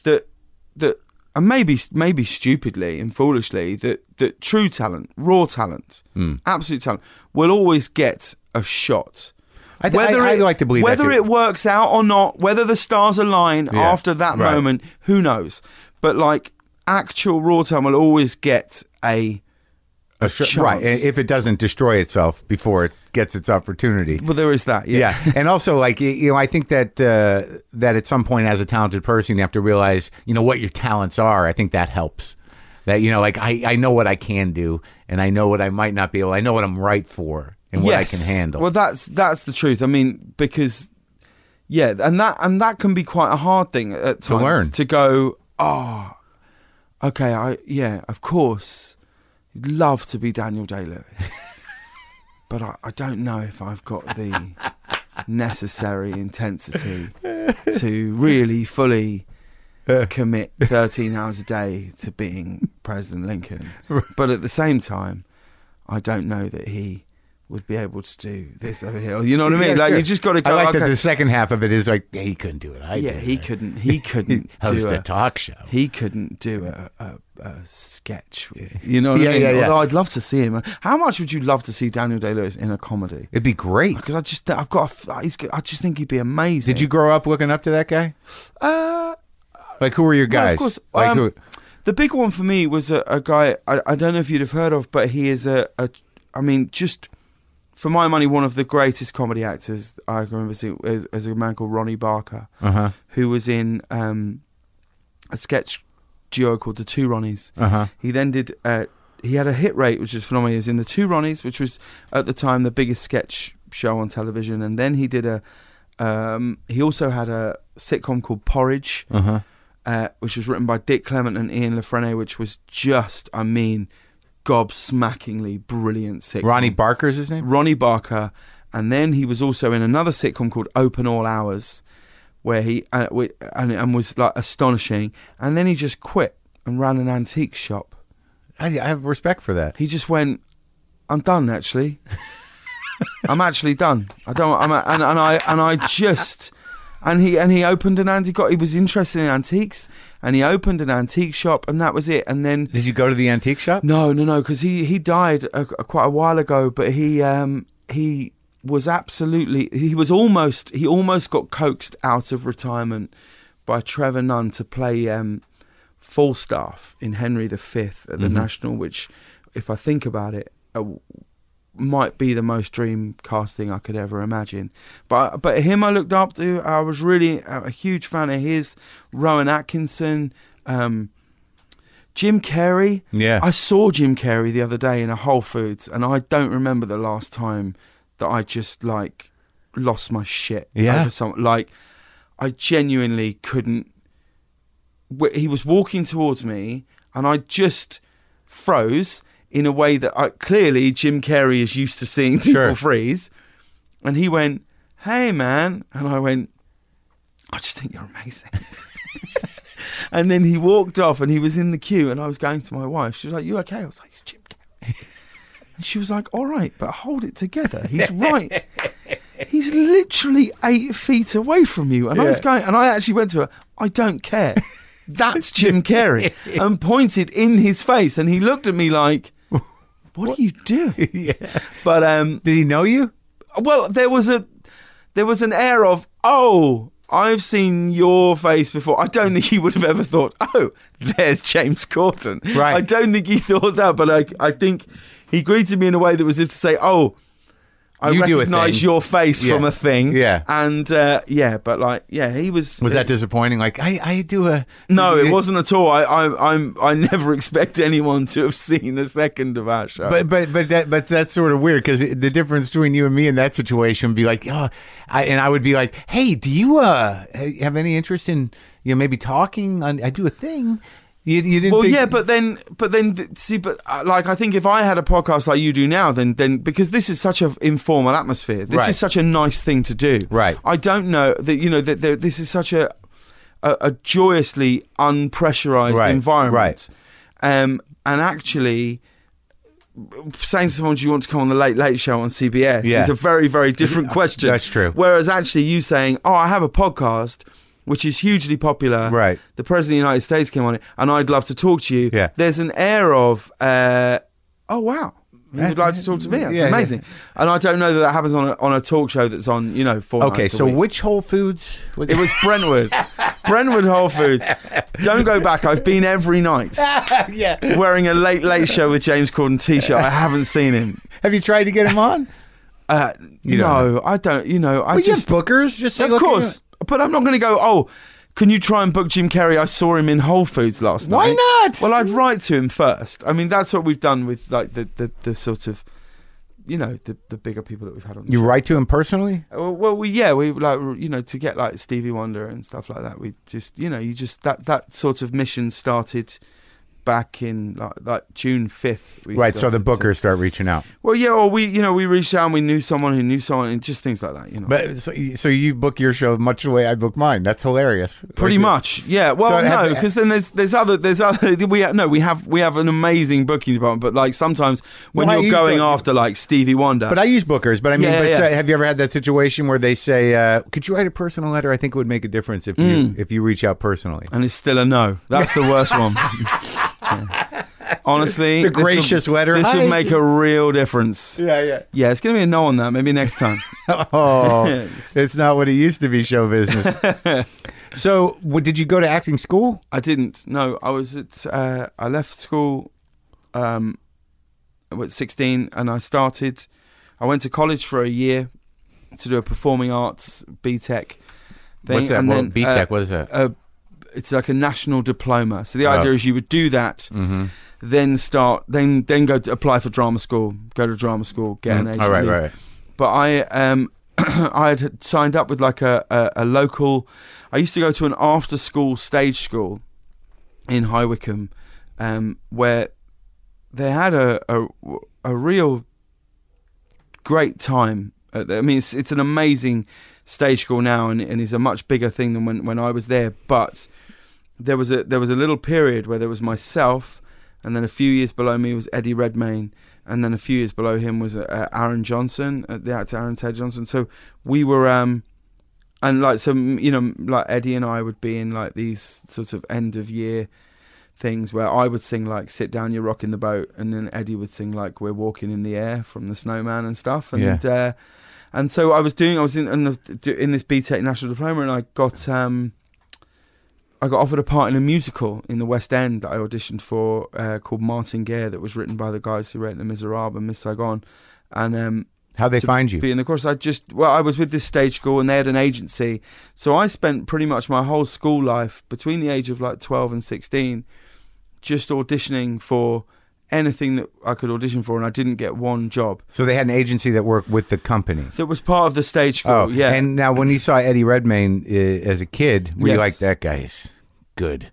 J: that that and maybe maybe stupidly and foolishly that that true talent, raw talent, absolute talent will always get a shot.
A: I th- I- I'd like to believe that
J: whether
A: too.
J: it works out or not, whether the stars align after that
A: Right.
J: moment, who knows? But like actual raw time will always get a.
A: A
J: chance.
A: right. and If it doesn't destroy itself before it gets its opportunity.
J: Well, there is that. Yeah.
A: yeah and also like y- you know i think that uh, that at some point as a talented person you have to realize you know what your talents are i think that helps that you know like i, I know what i can do and i know what i might not be able i know what i'm right for and what i can
J: Yes.
A: handle
J: Well, that's that's the truth. I mean, because yeah, and that and that can be quite a hard thing at times
A: learn.
J: to go. Oh, okay. I yeah, of course. I'd love to be Daniel Day Lewis, but I, I don't know if I've got the necessary intensity to really fully commit 13 hours a day to being President Lincoln. But at the same time, I don't know that he would be able to do this over here. You know what I mean?
A: Yeah,
J: like
A: sure.
J: you just got to go.
A: I like that
J: Oh, okay.
A: the second half of it is like yeah, he couldn't do it. I
J: yeah,
A: did.
J: he couldn't. He couldn't
A: host
J: do
A: a talk show.
J: He couldn't do a, a, a sketch with. You know what
A: Yeah,
J: I mean?
A: yeah, yeah.
J: Although I'd love to see him. How much would you love to see Daniel Day Lewis in a comedy?
A: It'd be great.
J: Because I just, I've got, a f- he's, got- I just think he'd be amazing.
A: Did you grow up looking up to that guy?
J: Uh,
A: Like who were your
J: Well,
A: guys?
J: of course.
A: like
J: um,
A: who?
J: The big one for me was a, a guy I, I don't know if you'd have heard of, but he is a, a, I mean, just for my money, one of the greatest comedy actors I can remember seeing is, is a man called Ronnie Barker,
A: Uh-huh.
J: who was in um, a sketch duo called The Two Ronnies.
A: Uh-huh.
J: He then did. Uh, he had a hit rate which was phenomenal. He was in the Two Ronnies, which was at the time the biggest sketch show on television, and then he did a. Um, he also had a sitcom called Porridge,
A: Uh-huh.
J: uh, which was written by Dick Clement and Ian Lafrene, which was just, I mean, gobsmackingly brilliant sitcom.
A: Ronnie Barker's his name?
J: Ronnie Barker, and then he was also in another sitcom called Open All Hours, where he uh, wi- and, and was like astonishing, and then he just quit and ran an antique shop.
A: I, I have respect for that.
J: He just went, "I'm done. Actually, I'm actually done. I don't. I'm a, and, and I and I just." And he and he opened an antique. He was interested in antiques, and he opened an antique shop, and that was it. And then
A: Did you go to the antique shop?
J: no, no, no, because he he died a, a- quite a while ago, but he um he was absolutely he was almost he almost got coaxed out of retirement by Trevor Nunn to play um Falstaff in Henry V at the National, which, if I think about it. Uh, might be the most dream casting I could ever imagine, but but him I looked up to. I was really a, a huge fan of his. Rowan Atkinson, um, Jim Carrey.
A: Yeah.
J: I saw Jim Carrey the other day in a Whole Foods, and I don't remember the last time that I just like lost my shit.
A: Yeah.
J: over some like I genuinely couldn't. wh- He was walking towards me, and I just froze in a way that I, clearly Jim Carrey is used to seeing people
A: Sure.
J: freeze. And he went, "Hey, man," and I went, "I just think you're amazing." And then he walked off and he was in the queue and I was going to my wife. She was like, You okay? I was like, It's Jim Carrey. And she was like, All right, but hold it together. He's right. He's literally eight feet away from you. And I was going, and I actually went to her, I don't care. That's Jim Carrey. And pointed in his face. And he looked at me like, What, are you doing? But, um,
A: Did he know you?
J: well, there was a, there was an air of, Oh, I've seen your face before. I don't think he would have ever thought, Oh, there's James Corton.
A: Right.
J: I don't think he thought that, but I, I think he greeted me in a way that was if to say, Oh, I
A: You do a
J: recognize
A: thing.
J: your face
A: Yeah.
J: from a thing.
A: Yeah.
J: And uh, yeah, but like, yeah, he was. uh,
A: Was that disappointing? Like I, I do a
J: No, it wasn't at all. I, I, I'm, I never expect anyone to have seen a second of our show.
A: But but but that but that's sort of weird because the difference between you and me in that situation would be like, oh, I, and I would be like, hey, do you uh ha- have any interest in you know maybe talking? On, I do a thing, You, you didn't.
J: Well,
A: think-
J: yeah, but then, but then, th- see, but uh, like, I think if I had a podcast like you do now, then, then, because this is such an informal atmosphere, this
H: Right.
J: is such a nice thing to do.
H: Right.
J: I don't know that you know that there, this is such a a, a joyously unpressurized
H: Right,
J: environment. Right. Um, and actually. Saying to someone, "Do you want to come on the Late Late Show on CBS?"
H: Yeah.
J: is a very, very different question.
H: That's true.
J: Whereas actually, you saying, "Oh, I have a podcast which is hugely popular,"
H: Right.
J: the president of the United States came on it, and I'd love to talk to you.
H: Yeah.
J: There's an air of, uh, oh wow, you would like to talk to me. That's
A: Yeah,
J: amazing. And I don't know that that happens on a, on a talk show that's on you know four.
A: Okay,
J: nights a
A: so
J: week.
A: which Whole Foods? was-
J: it was Brentwood, Brentwood Whole Foods. Don't go back. I've been every night.
A: yeah.
J: Wearing a late late show with James Corden t-shirt. I haven't seen him.
A: Have you tried to get him on?
J: Uh,
A: You don't
J: no, I don't. You know, I
A: We
J: just
A: just bookers. Just say,
J: of
A: "Look, you
J: course. But I'm not going to go, oh, can you try and book Jim Carrey? I saw him in Whole Foods last
A: Why
J: night.
A: not?
J: Well, I'd write to him first. I mean, that's what we've done with like the, the, the sort of, you know, the, the bigger people that we've had on. The
A: You
J: show.
A: write to him personally?
J: Uh, Well, we, yeah, we like you know to get like Stevie Wonder and stuff like that. We just you know you just that that sort of mission started back in like, like June fifth.
A: Right. So the bookers start reaching out.
J: Well, yeah, or we you know we reached out and we knew someone who knew someone and just things like that. You know.
A: But so, you- so you book your show much the way I book mine. That's hilarious.
J: Pretty
A: Like,
J: much, yeah. Well,
A: So have
J: no,
A: they-
J: because then there's there's other there's other we ha- no we have we have an amazing booking department, but like sometimes when
A: Well, I
J: you're
A: use
J: going
A: like-
J: after like Stevie Wonder,
A: But I use bookers. But I mean,
J: Yeah,
A: but
J: yeah,
A: so
J: yeah.
A: have you ever had that situation where they say, uh, "Could you write a personal letter? I think it would make a difference if
J: Mm.
A: you if you reach out personally."
J: and it's still a no. That's the worst one. Yeah. Honestly,
A: The
J: this would-
A: gracious letter.
J: This
A: Hi.
J: would make a real difference.
A: Yeah, yeah.
J: Yeah, it's gonna be a no on that. Maybe next time.
A: Oh, it's not what it used to be. Show business. so, what, did you go to acting school?
J: I didn't. No, I was at. Uh, I left school um, at 16, and I started. I went to college for a year to do a performing arts B Tech. thing,
A: What's that?
J: and
A: Well,
J: then,
A: BTech,
J: uh,
A: what is that?
J: uh, it's like a national diploma. So the
A: Oh. Mm-hmm.
J: idea is you would do that, then start, then then go to apply for drama school, go to drama school, get an E.
A: Hmm,
J: agent.
A: Mm. All right,
J: leave.
A: right. right.
J: But I um I had signed up with like a, a a local. I used to go to an after school stage school in High Wycombe, um, where they had a a, a real great time. at the- I mean, it's it's an amazing stage school now, and, and is a much bigger thing than when, when I was there. But there was a there was a little period where there was myself, and then a few years below me was Eddie Redmayne, and then a few years below him was uh, Aaron Johnson, uh, the actor Aaron Ted Johnson. So we were um, and like some you know like Eddie and I would be in like these sort of end of year things where I would sing like "Sit Down, You're Rocking the Boat," and then Eddie would sing like "We're Walking in the Air" from the Snowman and stuff, and uh, and so I was doing I was in in, the, in this BTEC National Diploma, and I got um. I got offered a part in a musical in the West End that I auditioned for uh, called Martingale that was written by the guys who wrote *The Miserable* and *Miss Saigon*, and um,
A: How they
J: to
A: find you?
J: be in the course. I just well, I was with this stage school and they had an agency, so I spent pretty much my whole school life between the age of like twelve and sixteen, just auditioning for anything that I could audition for, and I didn't get one job.
A: so they had an agency that worked with the company.
J: So it was part of the stage school.
A: Oh,
J: yeah.
A: And now, when you saw Eddie Redmayne uh, as a kid, were you
J: Yes.
A: like that guy's good?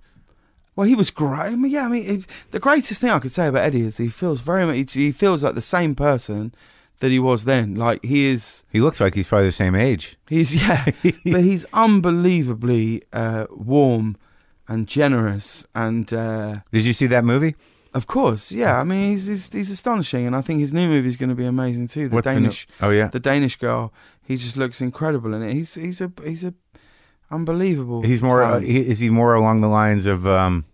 J: Well, he was great. I mean, yeah, I mean, it, the greatest thing I could say about Eddie is he feels very much. He feels like the same person that he was then. Like he is.
A: He looks like he's probably the same age.
J: He's yeah, but he's unbelievably uh, warm and generous and. Uh,
A: Did you see that movie?
J: Of course, yeah. I mean, he's he's, he's astonishing, and I think his new movie is going to be amazing too. The
A: What's the new-
J: Danish,
A: oh, yeah.
J: the Danish girl. He just looks incredible in it. He's he's a he's a unbelievable.
A: He's more. Uh,
J: talent.
A: he, is he more along the lines of um,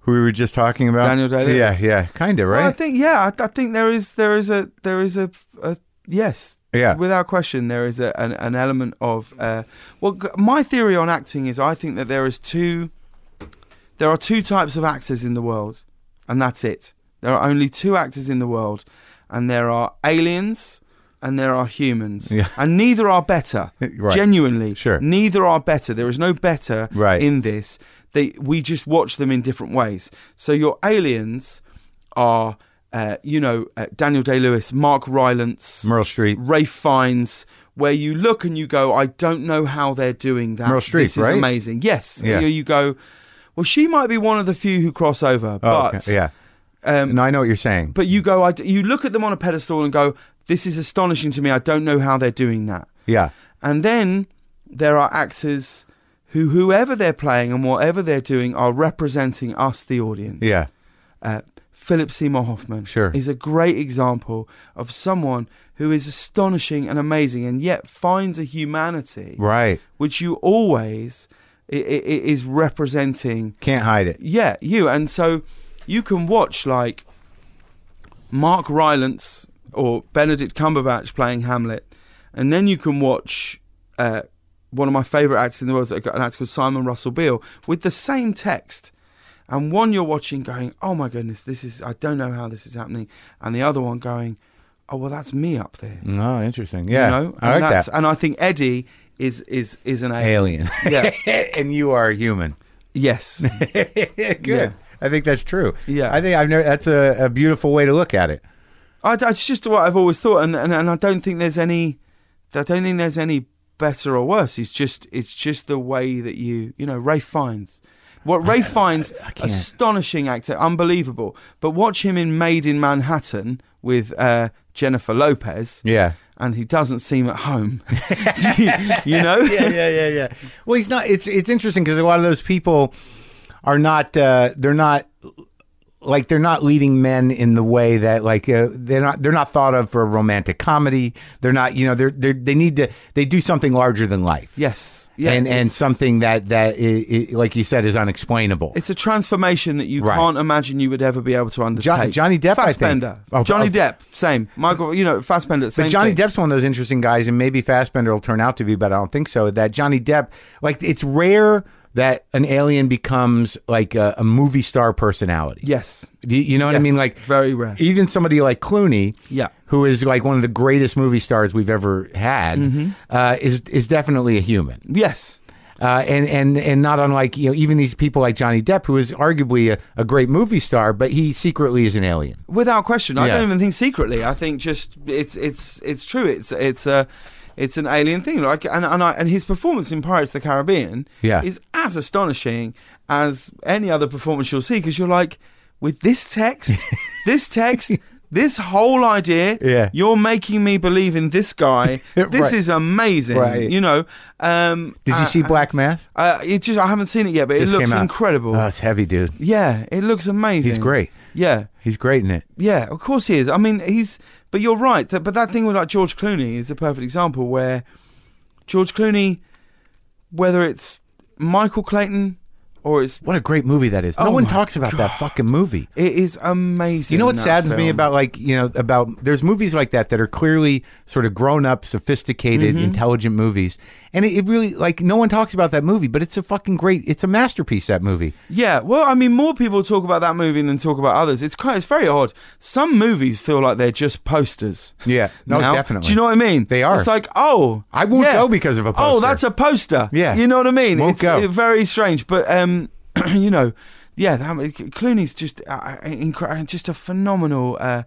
A: who we were just talking about?
J: Daniel Day-Lewis.
A: Yeah, yeah, kind of right.
J: Well, I think yeah. I, I think there is there is a there is a, a yes.
A: Yeah.
J: Without question, there is a, an an element of uh, well, g- my theory on acting is I think that there is two. There are two types of actors in the world, and that's it. There are only two actors in the world, and there are aliens and there are humans,
A: Yeah.
J: and neither are better.
A: Right.
J: Genuinely,
A: Sure.
J: neither are better. There is no better
A: Right.
J: in this. They we just watch them in different ways. So your aliens are, uh, you know, uh, Daniel Day Lewis, Mark Rylance,
A: Meryl Streep.
J: Rafe Fiennes, where you look and you go, I don't know how they're doing that.
A: Meryl Streep,
J: this is
A: right?
J: amazing. Yes,
A: Yeah.
J: you, you go. Well, she might be one of the few who cross over,
A: Oh,
J: but
A: okay. yeah.
J: um,
A: No, I know what you're saying.
J: but you go, I d you look at them on a pedestal and go, this is astonishing to me. I don't know how they're doing that.
A: yeah.
J: And then there are actors who, whoever they're playing and whatever they're doing, are representing us, the audience.
A: Yeah.
J: Uh, Philip Seymour Hoffman
A: Sure.
J: is a great example of someone who is astonishing and amazing and yet finds a humanity
A: Right.
J: which you always i- i- i- is representing
A: Can't hide it.
J: yeah, you. And so you can watch like Mark Rylance or Benedict Cumberbatch playing Hamlet, and then you can watch uh, one of my favourite actors in the world, an actor called Simon Russell Beale, with the same text. And one you're watching going, oh my goodness, this is, I don't know how this is happening. And the other one going, oh, well, that's me up there.
A: Oh, interesting. Yeah.
J: You know?
A: I
J: and uh,
A: like that.
J: And I think Eddie is is is an alien.
A: Alien.
J: Yeah.
A: and you are a human.
J: Yes.
A: Good. I think that's true.
J: Yeah.
A: I think I've never, that's a, a beautiful way to look at it.
J: I, that's just what I've always thought, and, and and I don't think there's any, I don't think there's any better or worse. It's just it's just the way that you you know Ray Fiennes, what Ray Fiennes, astonishing actor, unbelievable. But watch him in Made in Manhattan with uh, Jennifer Lopez,
A: Yeah.
J: and he doesn't seem at home. you know,
A: yeah, yeah, yeah, yeah. Well, he's not. It's it's interesting because a lot of those people are not. Uh, they're not like they're not leading men in the way that like uh, they're not. They're not thought of for a romantic comedy. They're not. You know, they're they they need to. They do something larger than life.
J: yes, yeah,
A: and and
J: it's-
A: something that that i i like you said is unexplainable.
J: It's a transformation that you
A: Right.
J: can't imagine you would ever be able to undertake.
A: Johnny Depp, I think.
J: Fassbender,
A: Oh,
J: Johnny
A: oh.
J: Depp, same. Michael, you know, Fassbender, same.
A: But Johnny
J: thing.
A: Depp's one of those interesting guys, and maybe Fassbender will turn out to be, but I don't think so. That Johnny Depp, like, it's rare that an alien becomes like a, a movie star personality.
J: Yes.
A: Do you, you know what I
J: Yes,
A: mean? Like
J: very rare.
A: Even somebody like Clooney,
J: Yeah.
A: who is like one of the greatest movie stars we've ever had, uh, is is definitely a human,
J: Yes.
A: uh, and and and not unlike you know even these people like Johnny Depp, who is arguably a, a great movie star, but he secretly is an alien.
J: Without question. I
A: Yeah.
J: don't even think secretly. I think just it's it's it's true. It's it's a it's an alien thing. Like and and, I, and his performance in Pirates of the Caribbean
A: Yeah.
J: is as astonishing as any other performance you'll see because you're like with this text, this text, this whole idea,
A: Yeah.
J: you're making me believe in this guy. this
A: Right.
J: is amazing.
A: Right.
J: You know. Um
A: Did you
J: uh,
A: see Black Mass?
J: uh, it just I haven't seen it yet, but
A: Just
J: it looks
A: came out.
J: incredible.
A: Oh, it's heavy, dude.
J: yeah, it looks amazing.
A: He's great.
J: Yeah.
A: He's great in it.
J: Yeah, of course he is. I mean, he's. But you're right. That, but that thing with like George Clooney is a perfect example where George Clooney, whether it's Michael Clayton or it's
A: What a great movie that is. No
J: Oh
A: one
J: my
A: talks about that fucking movie.
J: it is amazing.
A: You know what
J: that
A: saddens me
J: film.
A: about like you know about there's movies like that that are clearly sort of grown up, sophisticated,
J: Mm-hmm.
A: intelligent movies, and it, it really like no one talks about that movie, but it's a fucking great, it's a masterpiece. That movie,
J: Yeah, well, I mean, more people talk about that movie than talk about others. It's kind. It's very odd. Some movies feel like they're just posters.
A: Yeah. No,
J: now.
A: definitely.
J: Do you know what I mean?
A: They are.
J: It's like, oh,
A: I won't
J: yeah.
A: go because of a
J: Oh,
A: poster.
J: that's a poster.
A: Yeah.
J: You know what I mean?
A: Won't
J: it's
A: go.
J: uh, very strange, but um, you know, yeah, that, Clooney's just uh, incre- just a phenomenal uh,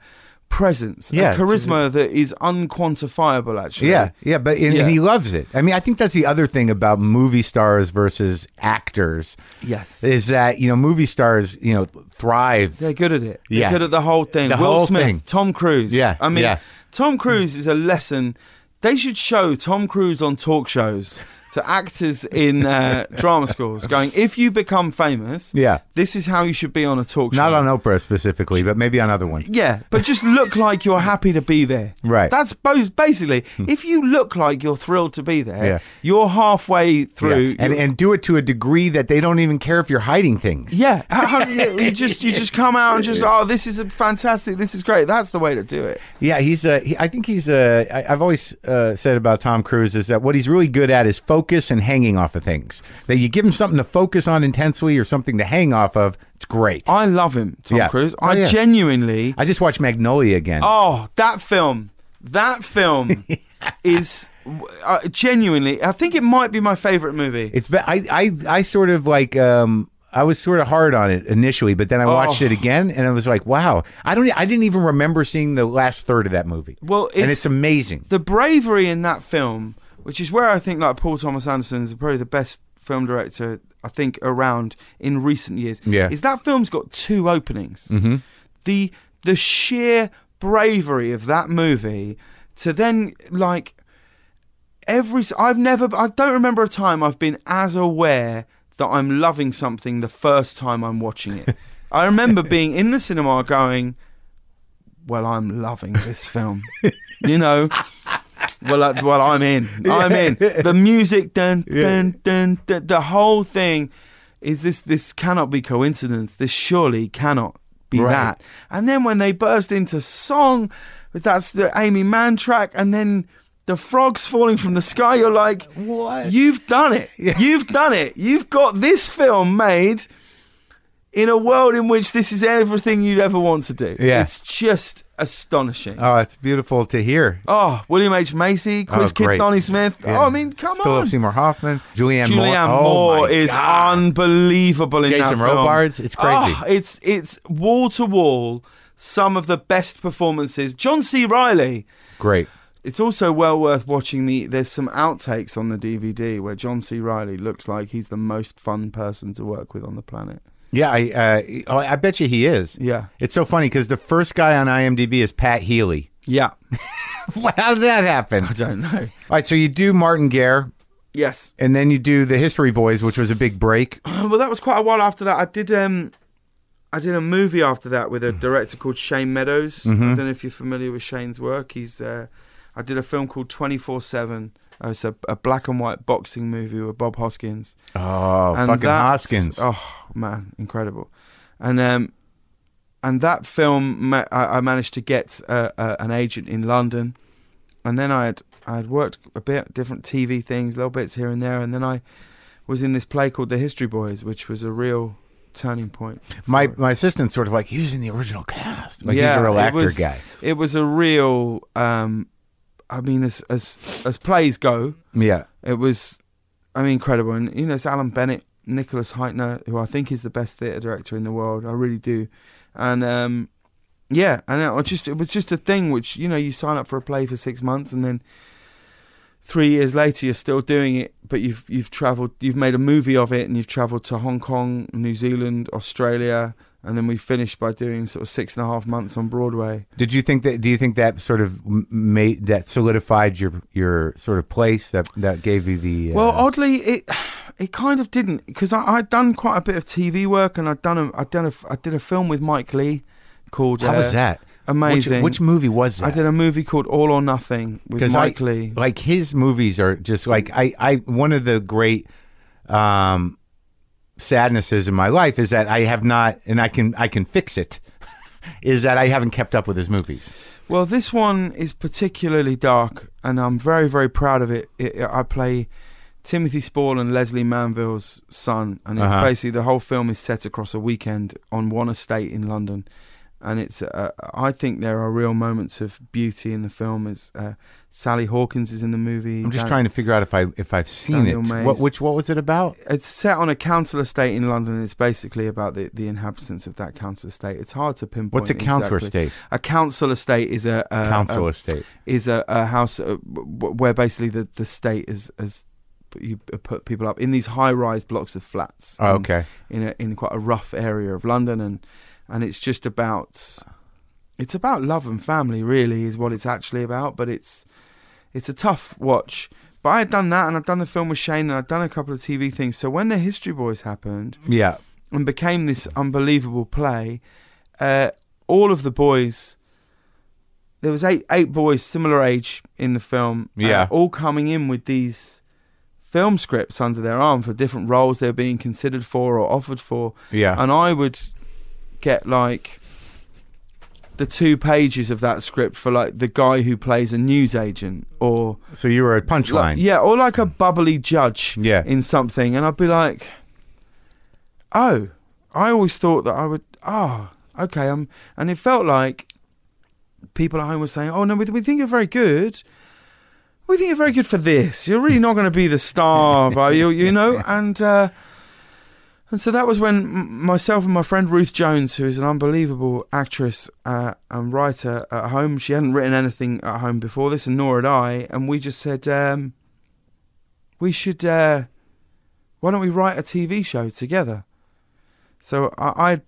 J: presence, a
A: Yeah, it's-
J: charisma that is unquantifiable. Actually,
A: yeah, yeah, but and,
J: Yeah.
A: and he loves it. I mean, I think that's the other thing about movie stars versus actors
J: Yes.
A: is that you know movie stars you know thrive.
J: They're good at it. They're
A: Yeah.
J: good at the whole thing.
A: The
J: Will
A: whole
J: Smith,
A: thing.
J: Tom Cruise.
A: Yeah,
J: I mean,
A: yeah.
J: Tom Cruise is a lesson. They should show Tom Cruise on talk shows to actors in uh, drama schools, going, if you become famous,
A: Yeah.
J: this is how you should be on a talk show.
A: Not on Oprah specifically, but maybe on other ones.
J: Yeah, but just look like you're happy to be there.
A: Right.
J: That's bo- basically, if you look like you're thrilled to be there,
A: Yeah.
J: you're halfway
A: Yeah.
J: through.
A: and
J: You're-
A: and do it to a degree that they don't even care if you're hiding things.
J: yeah, How- how- you just you just come out and just oh, this is fantastic, this is great. That's the way to do it.
A: Yeah, he's a. He, I think he's a. I, I've always uh, said about Tom Cruise is that what he's really good at is focus and hanging off of things. That you give him something to focus on intensely or something to hang off of. It's great. I,
J: I love him, Tom
A: Yeah.
J: Cruise.
A: Oh,
J: I
A: yeah.
J: genuinely.
A: just watched Magnolia again.
J: Oh, that film. That film is uh, genuinely. I think it might be my favorite movie.
A: It's. Be, I. I. I sort of like. Um. I was sort of hard on it initially, but then I watched
J: Oh.
A: it again and I was like, wow. I don't. e, I didn't even remember seeing the last third of that movie.
J: Well,
A: and
J: it's-
A: it's amazing.
J: the bravery in that film, which is where I think like Paul Thomas Anderson is probably the best film director, I think, around in recent years.
A: Yeah. Mm-hmm.
J: Is that film's got two openings. The the sheer bravery of that movie to then like every s- I've never I don't remember a time I've been as aware that I'm loving something the first time I'm watching it. I remember being in the cinema going, "Well, I'm loving this film," you know. Well, I, well, I'm in. I'm in. The music, dun dun dun, dun the whole thing is this. This cannot be coincidence. This surely cannot be that. And then when they burst into song, that's the Amy Mann track, and then the frogs falling from the sky, you're like, what? You've done it. You've done it. You've got this film made in a world in which this is everything you'd ever want to do.
A: Yeah.
J: It's just astonishing.
A: Oh, it's beautiful to hear.
J: Oh, William H. Macy, Chris
A: Oh,
J: Kid
A: great.
J: Donnie Smith.
A: Yeah.
J: Oh, I mean, come
A: Philip
J: on.
A: Seymour Hoffman, Julianne,
J: Julianne
A: Moore,
J: Moore,
A: oh my
J: is
A: God.
J: unbelievable in that
A: Jason
J: film.
A: Robards, it's crazy.
J: Oh, it's it's wall to wall. Some of the best performances. John C. Riley.
A: great.
J: It's also well worth watching the. There's some outtakes on the DVD where John C. Riley looks like he's the most fun person to work with on the planet.
A: Yeah, I uh, I bet you he is.
J: Yeah.
A: It's so funny because the first guy on IMDb is Pat Healy.
J: Yeah,
A: How did that happen?
J: I don't know.
A: All right, so you do Martin Gare,
J: Yes,
A: and then you do the History Boys, which was a big break.
J: well, that was quite a while after that. I did um, I did a movie after that with a director called Shane Meadows. I don't know if you're familiar with Shane's work. He's uh, I did a film called Twenty Four Seven. Oh, It's a, a black and white boxing movie with Bob Hoskins.
A: Oh,
J: and
A: fucking
J: that's-
A: Hoskins.
J: Oh man, incredible. And um, and that film, ma- I, I managed to get uh, uh, an agent in London, and then I had I had worked a bit different TV things, little bits here and there, and then I was in this play called The History Boys, which was a real turning point.
A: My
J: for it.
A: my assistant's sort of like, he was in the original cast. Like he's
J: Yeah,
A: a real
J: it
A: actor
J: was-
A: guy.
J: it was a real. Um, I mean, as as as plays go,
A: Yeah.
J: it was, I mean, incredible. And you know, it's Alan Bennett, Nicholas Heitner, who I think is the best theatre director in the world. I really do. And um, yeah, and it was just it was just a thing which you know you sign up for a play for six months and then three years later you're still doing it, but you've you've travelled, you've made a movie of it, and you've travelled to Hong Kong, New Zealand, Australia. And then we finished by doing sort of six and a half months on Broadway.
A: Did you think that? Do you think that sort of m- made that solidified your your sort of place that that gave you the uh,
J: Well, oh, oddly, it it kind of didn't because I had done quite a bit of TV work and I'd done a, I done a I did a film with Mike Lee called
A: how
J: uh,
A: was that
J: Amazing.
A: Which, which movie was that?
J: I did a movie called All or Nothing with
A: I-
J: Mike Lee.
A: Like his movies are just like I, I one of the great um sadnesses in my life is that I have not and I can I can fix it is that I haven't kept up with his movies.
J: Well, this one is particularly dark, and I'm very very proud of it. it, it- I play Timothy Spall and Leslie Manville's son, and it's
A: Uh-huh.
J: basically the whole film is set across a weekend on one estate in London. and it's uh, I think there are real moments of beauty in the film. As uh, Sally Hawkins is in the movie.
A: I'm just
J: Dan-
A: trying to figure out if I if I've seen
J: Daniel
A: it.
J: Mays.
A: What which what was it about?
J: It's set on a council estate in London. and It's basically about the, the inhabitants of that council estate. It's hard to pinpoint.
A: What's a council
J: exactly. Uh,
A: estate?
J: A council estate is a, a
A: Council
J: a-
A: estate.
J: is a, a house uh, w- w- where basically the, the state is has put- you uh, put people up in these high rise blocks of flats.
A: Oh,
J: in-
A: okay.
J: in a, in quite a rough area of London, and and it's just about it's about love and family, really, is what it's actually about. But it's it's a tough watch. But I had done that, and I'd done the film with Shane, and I'd done a couple of TV things. So when the History Boys happened,
A: Yeah.
J: and became this unbelievable play. Uh, all of the boys, there was eight eight boys similar age in the film, uh,
A: Yeah.
J: all coming in with these film scripts under their arm for different roles they were being considered for or offered for,
A: Yeah.
J: and I would get like the two pages of that script for like the guy who plays a newsagent or
A: so you were a punchline.
J: like- yeah, or like a bubbly judge
A: Yeah.
J: in something. And I'd be like, oh, I always thought that I would, oh, okay. Um, and it felt like people at home were saying, oh, no, we, we think you're very good. We think you're very good for this. You're really not going to be the star, of- are you? You know? And, uh, and so that was when m- myself and my friend Ruth Jones, who is an unbelievable actress uh, and writer at home, she hadn't written anything at home before this, and nor had I. And we just said, um, we should uh, why don't we write a TV show together? So I,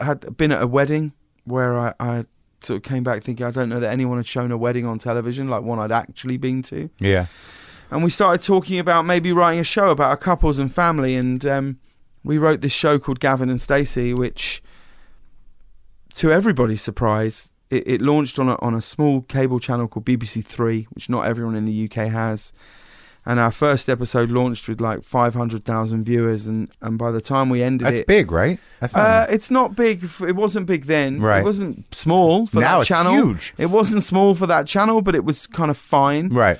J: I had been at a wedding where I, I sort of came back thinking I don't know that anyone had shown a wedding on television like one I'd actually been to.
H: Yeah.
J: And we started talking about maybe writing a show about our couples and family, and um, we wrote this show called Gavin and Stacey, which, to everybody's surprise, it, it launched on a, on a small cable channel called BBC Three, which not everyone in the UK has. And our first episode launched with like 500,000 viewers, and, and by the time we ended
A: That's
J: it,
A: big, right? That's not
J: uh, it's not big. f- It wasn't big then.
A: Right.
J: It wasn't small for
A: Now
J: that
A: it's
J: channel.
A: huge.
J: It wasn't small for that channel, but it was kind of fine.
A: right.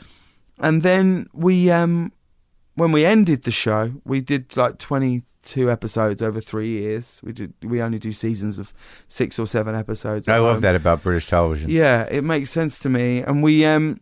J: And then we, um, when we ended the show, we did like twenty-two episodes over three years. We did. We only do seasons of six or seven episodes.
A: I
J: at
A: love
J: home.
A: that about British television.
J: Um, Yeah, it makes sense to me. And we, um,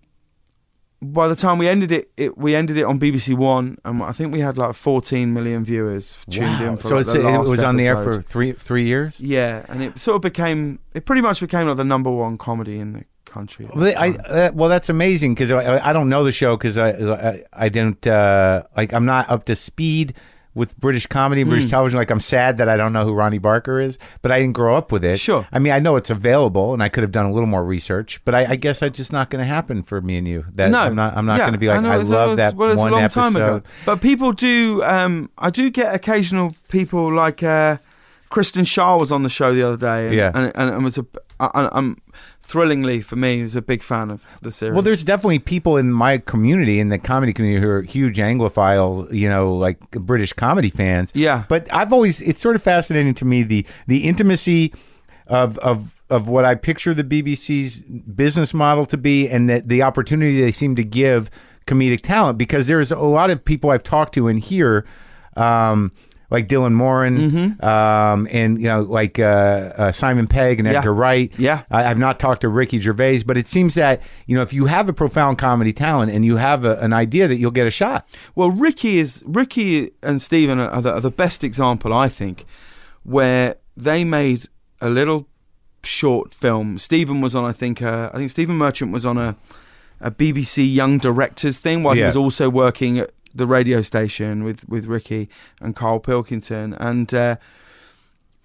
J: by the time we ended it, it, we ended it on BBC One, and I think we had like 14 million viewers tuned in. For
A: so
J: like,
A: it's,
J: the
A: it
J: last
A: was on the air
J: episode.
A: for three three years.
J: Yeah, and it sort of became it pretty much became like the number one comedy in the country. at
A: Well,
J: the
A: they- I,
J: time.
A: uh, well that's amazing because I, I don't know the show because I, I I don't uh, like I'm not up to speed with British comedy, and
J: Hmm.
A: British television. Like I'm sad that I don't know who Ronnie Barker is, but I didn't grow up with it.
J: Sure.
A: I mean I know it's available, and I could have done a little more research, but I, I guess that's just not going to happen for me and you. That
J: no,
A: I'm not I'm not
J: yeah,
A: going to be like
J: know,
A: I,
J: it was- it
A: love
J: was-
A: that
J: well, it's
A: one
J: a long
A: episode.
J: Time ago. But people do. Um, I do get occasional people like uh, Kristen Shaw was on the show the other day. And,
A: Yeah.
J: and, and, and was a. I, I- I'm thrillingly for me was a big fan of the series.
A: Well, there's definitely people in my community, in the comedy community, who are huge Anglophile, you know, like British comedy fans.
J: Yeah.
A: But I've always, it's sort of fascinating to me the the intimacy of of of what I picture the BBC's business model to be, and that the opportunity they seem to give comedic talent, because there's a lot of people I've talked to in here. Um, like Dylan Moran,
J: Mm-hmm.
A: um, and you know, like uh, uh, Simon Pegg and
J: Yeah.
A: Edgar Wright,
J: Yeah.
A: I, I've not talked to Ricky Gervais, but it seems that you know if you have a profound comedy talent and you have a, an idea that you'll get a shot.
J: Well, Ricky is Ricky and Stephen are the, are the best example, I think, where they made a little short film. Stephen was on, I think, uh, I think Stephen Merchant was on a a BBC Young Directors thing while he
A: Yeah.
J: was also working at the radio station with with Ricky and Carl Pilkington, and uh,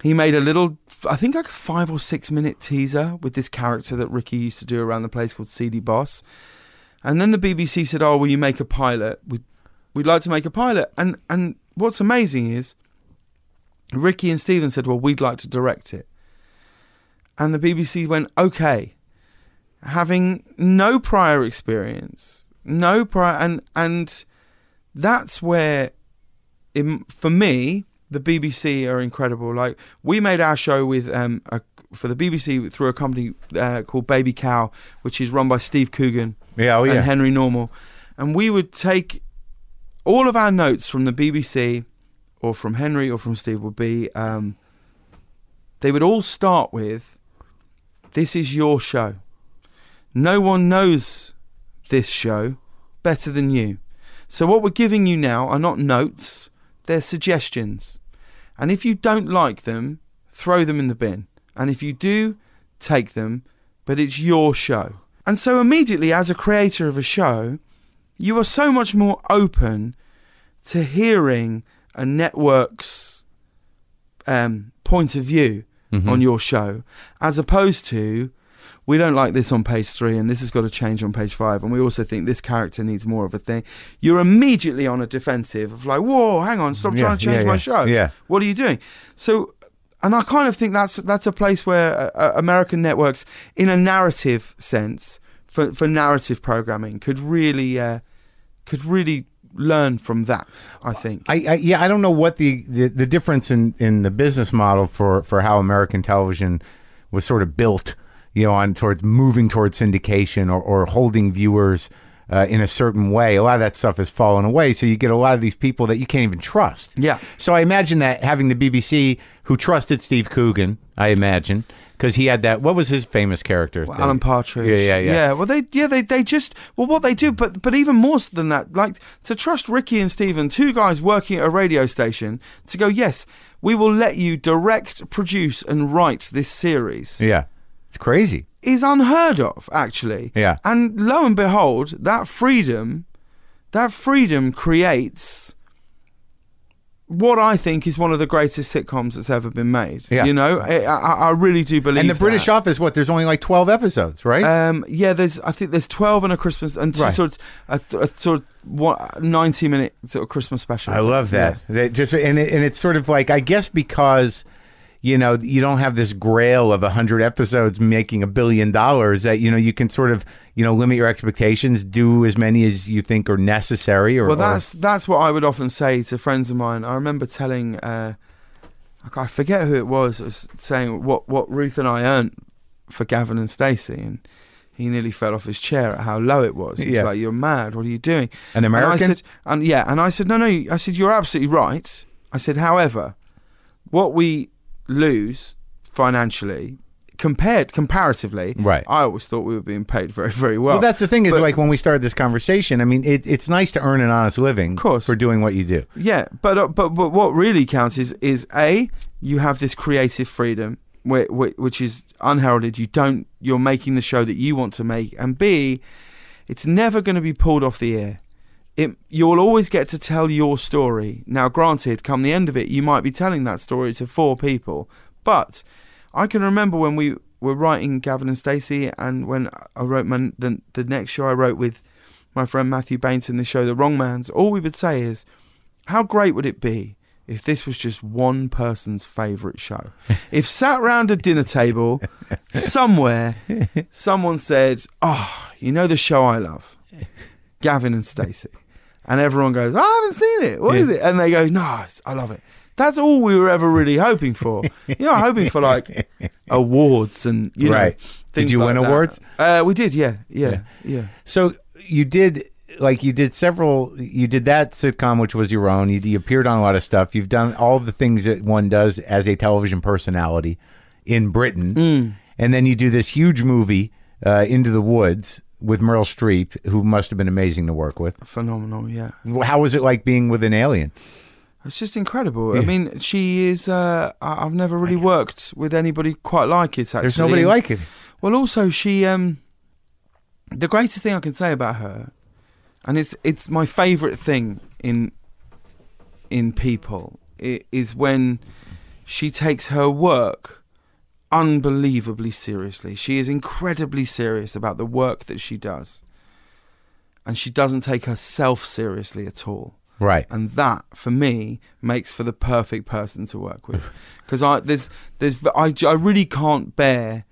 J: he made a little, I think, like a five or six minute teaser with this character that Ricky used to do around the place called CD Boss. And then the BBC said, "Oh, will you make a pilot? We'd, we'd like to make a pilot." And and what's amazing is, Ricky and Steven said, "Well, we'd like to direct it." And the BBC went, "Okay," having no prior experience, no prior, and and that's where, in, for me, the BBC are incredible. Like we made our show with um a, for the BBC through a company uh, called Baby Cow, which is run by Steve Coogan
A: Yeah, oh
J: and Henry Normal. And we would take all of our notes from the BBC or from Henry or from Steve would be um, they would all start with this is your show. No one knows this show better than you. So what we're giving you now are not notes, they're suggestions. And if you don't like them, throw them in the bin. And if you do, take them, but it's your show. And so immediately as a creator of a show, you are so much more open to hearing a network's um, point of view
A: Mm-hmm.
J: on your show, as opposed to we don't like this on page three, and this has got to change on page five, and we also think this character needs more of a thing. You're immediately on a defensive of like, whoa, hang on, stop
A: Yeah,
J: trying to change
A: yeah,
J: my
A: yeah.
J: show.
A: Yeah.
J: what are you doing? So. And I kind of think that's that's a place where uh, uh, American networks, in a narrative sense, for, for narrative programming, could really uh, could really learn from that. I think.
A: I, I yeah, I don't know what the, the, the difference in, in the business model for, for how American television was sort of built, you know, on towards moving towards syndication or, or holding viewers uh, in a certain way. A lot of that stuff has fallen away, so you get a lot of these people that you can't even trust.
J: Yeah.
A: So I imagine that having the BBC who trusted Steve Coogan, I imagine, because he had that. What was his famous character?
J: Well,
A: thing?
J: Alan Partridge.
A: Yeah, yeah, yeah.
J: well, they, yeah, they, they just, well, what they do, but, but even more than that, like to trust Ricky and Stephen, two guys working at a radio station, to go, yes, we will let you direct, produce, and write this series
A: Yeah. It's crazy.
J: is unheard of, actually.
A: Yeah.
J: And lo and behold, that freedom, that freedom creates what I think is one of the greatest sitcoms that's ever been made. You know, I, I, I really do believe.
A: And the British
J: that.
A: Office, what? There's only like 12 episodes, right?
J: Um, yeah, there's. I think there's twelve and a Christmas and two
A: Right.
J: sort of a, a sort of what ninety minute sort of Christmas special.
A: I love that. That just and it, and it's sort of like I guess because you know you don't have this grail of hundred episodes making a billion dollars that you know you can sort of you know limit your expectations, do as many as you think are necessary. Or
J: well,
A: or-
J: that's that's what I would often say to friends of mine. I remember telling, uh, I ca- I forget who it was, I was saying what what Ruth and I earned for Gavin and Stacey, and he nearly fell off his chair at how low it was. He
A: Yeah.
J: was like, "You're mad! What are you doing?"
A: An American?
J: And, I said, and yeah, and I said, "No, no." I said, "You're absolutely right." I said, "However, what we lose financially." Compared comparatively,
A: Right.
J: I always thought we were being paid very, very well.
A: well, that's the thing is
J: but-
A: like when we started this conversation. I mean, it, it's nice to earn an honest living,
J: course.
A: for doing what you do.
J: Yeah, but uh, but but what really counts is is a you have this creative freedom which, which is unheralded. You don't you're making the show that you want to make, and b it's never going to be pulled off the air. It you'll always get to tell your story. Now, granted, come the end of it, you might be telling that story to four people, but I can remember when we were writing Gavin and Stacey, and when I wrote my the, the next show I wrote with my friend Matthew Bainton, the show The Wrong Man's. All we would say is. How great would it be if this was just one person's favourite show? if sat round a dinner table somewhere, someone said, Oh, you know the show I love? Gavin and Stacey. And everyone goes, I haven't seen it. What is it? And they go, No, it's- I love it. That's all we were ever really hoping for. you know, hoping for like awards and, you
A: Right.
J: know,
A: Did
J: things
A: you
J: like
A: win
J: that.
A: awards?
J: Uh, we did, yeah, yeah, yeah.
A: So you did like you did several you did that sitcom which was your own you, you appeared on a lot of stuff you've done all the things that one does as a television personality in britain
J: Mm.
A: and then you do this huge movie uh, into the woods with meryl streep who must have been amazing to work with
J: Phenomenal, yeah.
A: how was it like being with an alien
J: It's just incredible. I mean, she is. Uh, I- I've never really worked with anybody quite like it. Actually,
A: there's nobody
J: And-
A: like it
J: Well, also she. Um, the greatest thing I can say about her, and it's it's my favourite thing in in people, i- is when she takes her work unbelievably seriously. She is incredibly serious about the work that she does, and she doesn't take herself seriously at all
A: right
J: and that for me makes for the perfect person to work with because i there's there's I, I really can't bear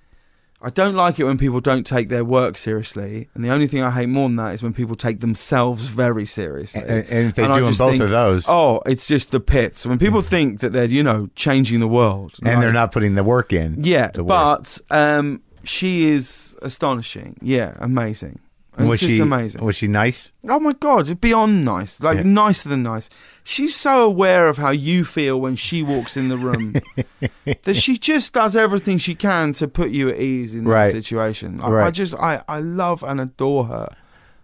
J: i don't like it when people don't take their work seriously and the only thing i hate more than that is when people take themselves very seriously
A: And- and if they
J: I
A: do in
J: just
A: both
J: think,
A: of those- Mm.
J: oh it's just the pits when people think that they're you know changing the world
A: and
J: like-
A: they're not putting the work in
J: yeah
A: the work.
J: but um she is astonishing yeah amazing And
A: was
J: just
A: she
J: amazing
A: was she nice
J: Oh my god, beyond nice. Like
A: Yeah.
J: nicer than nice. She's so aware of how you feel when she walks in the room that she just does everything she can to put you at ease in
A: Right.
J: that situation. I, I
A: Right.
J: just I, I love and adore her.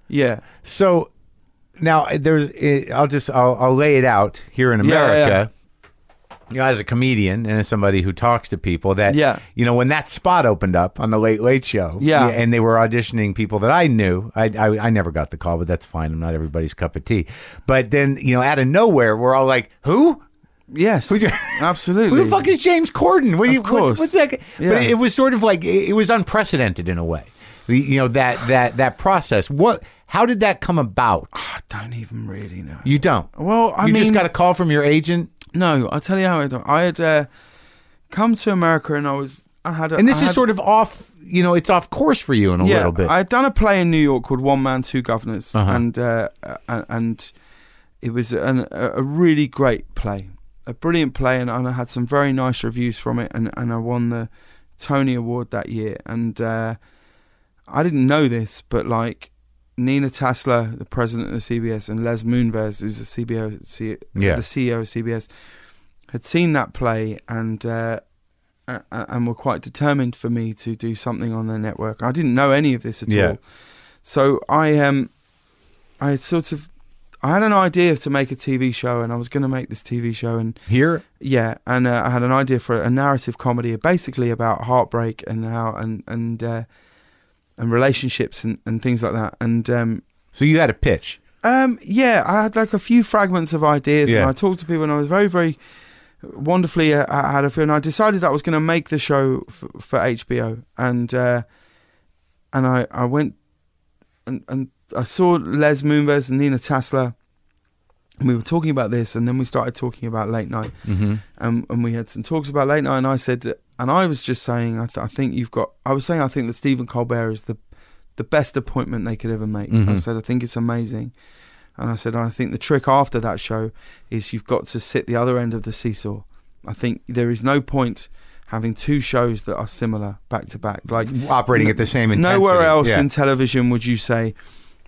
J: Yeah.
A: So now there's, eh, I'll just, I'll, I'll lay it out here in
J: Yeah, yeah,
A: America. You know, as a comedian and as somebody who talks to people, that
J: Yeah.
A: you know, when that spot opened up on the Late Late Show,
J: Yeah.
A: and they were auditioning people that I knew, I, I I never got the call, but that's fine. I'm not everybody's cup of tea. But then you know, out of nowhere, we're all like, "Who?
J: Yes.
A: Who's your-
J: absolutely.
A: Who the fuck is James Corden? What do you,
J: Of
A: what-
J: course.
A: what's that? guy-
J: Yeah.
A: But it was sort of like it it was unprecedented in a way. The- You know that that that process. What? How did that come about?
J: I don't even really know.
A: You don't.
J: Well, I
A: you just
J: mean-
A: got a call from your agent,
J: No, I'll tell you how I don't. I had uh, come to America and I was I had a,
A: and this
J: I
A: is
J: had-
A: sort of off. You know, it's off course for you in a little bit.
J: I had done a play in New York called One Man Two Governors,
A: Uh-huh.
J: and uh, a- and it was an, a a really great play, a brilliant play, and, and I had some very nice reviews from it, and, and I won the Tony Award that year, and uh, I didn't know this, but like. Nina Tasler, the president of the CBS, and Les Moonves, who's the CBO, C,
A: Yeah.
J: the CEO of CBS, had seen that play and uh, a- a- and were quite determined for me to do something on their network. I didn't know any of this at
A: Yeah.
J: all, so I um I had sort of I had an idea to make a TV show, and I was going to make this TV show, and
A: Here,
J: yeah, and uh, I had an idea for a narrative comedy, basically about heartbreak and how and and uh, and relationships and, and things like that, and um,
A: so you had a pitch.
J: Um, yeah, I had like a few fragments of ideas,
A: Yeah.
J: and I talked to people, and I was very, very wonderfully uh, I had a feel. And I decided that I was going to make the show f- for HBO, and uh, and I I went and and I saw Les Moonves and Nina Tassler, and we were talking about this, and then we started talking about late night, Um,
A: Mm-hmm.
J: and and we had some talks about late night, and I said, and I was just saying, I, th- I think you've got, I was saying, I think that Stephen Colbert is the the best appointment they could ever make. I
A: Mhm.
J: said, I think it's amazing, and I said, I think the trick after that show is you've got to sit the other end of the seesaw. I think there is no point having two shows that are similar back to back, like.
A: Mm-hmm. Operating at the same intensity.
J: Nowhere else
A: Yeah.
J: in television would you say,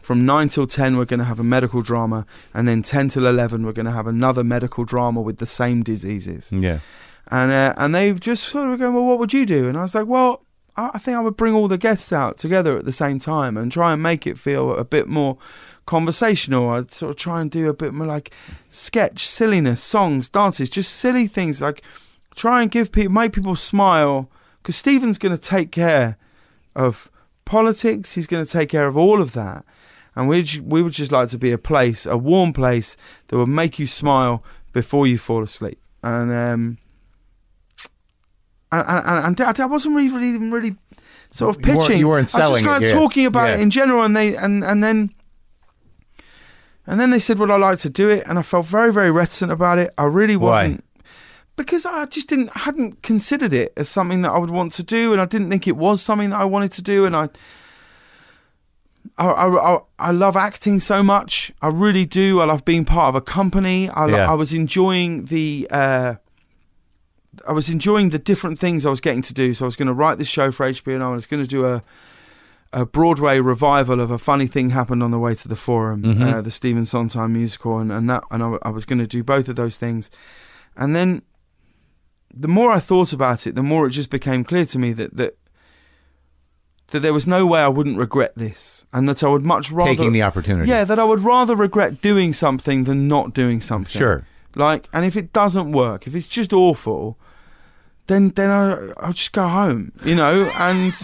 J: from 9 till 10, we're going to have a medical drama, and then 10 till 11, we're going to have another medical drama with the same diseases.
A: yeah.
J: And, uh, and they just sort of were going, Well, what would you do? And I was like, Well, I I think I would bring all the guests out together at the same time and try and make it feel a bit more conversational. I'd sort of try and do a bit more like sketch, silliness, songs, dances, just silly things. Like try and give people, make people smile because Stephen's going to take care of politics. He's going to take care of all of that. And we we would just like to be a place, a warm place that would make you smile before you fall asleep. And um, and and, and I wasn't really, really even really sort of
A: You
J: pitching.
A: weren't- you weren't
J: I was
A: selling
J: just
A: it,
J: kind of
A: yeah.
J: talking about it
A: Yeah.
J: in general, and they and and then. And then they said, "Would I like to do it?" And I felt very, very reticent about it. I really
A: Why?
J: wasn't because I just didn't hadn't considered it as something that I would want to do, and I didn't think it was something that I wanted to do, and I. I, I, I- I love acting so much. I really do. I love being part of a company. I, lo-
A: Yeah.
J: I was enjoying the uh, I was enjoying the different things I was getting to do. So I was going to write this show for HBO, and I was going to do a a Broadway revival of a funny thing happened on the way to the Forum, uh, the Stephen Sondheim musical, and, and that. And I, I was going to do both of those things, and then the more I thought about it, the more it just became clear to me that that that there was no way I wouldn't regret this, and that I would much rather
A: Taking the opportunity.
J: yeah, that I would rather regret doing something than not doing something.
A: Sure.
J: Like, and if it doesn't work, if it's just awful, then then I I'll just go home, you know, and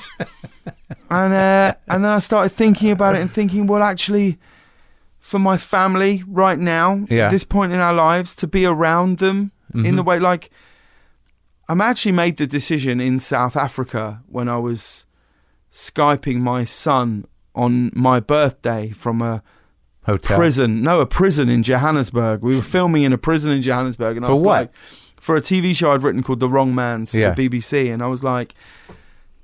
J: and uh, and then I started thinking about it and thinking, well, actually, for my family right now,
A: Yeah.
J: at this point in our lives, to be around them in the way, like, I'm actually made the decision in South Africa when I was skyping my son on my birthday from a
A: Hotel.
J: prison. No, a prison in Johannesburg. We were filming in a prison in Johannesburg, and I
A: For
J: was
A: what?
J: like, for a TV show I'd written called The Wrong Man's
A: Yeah.
J: for the BBC, and I was like,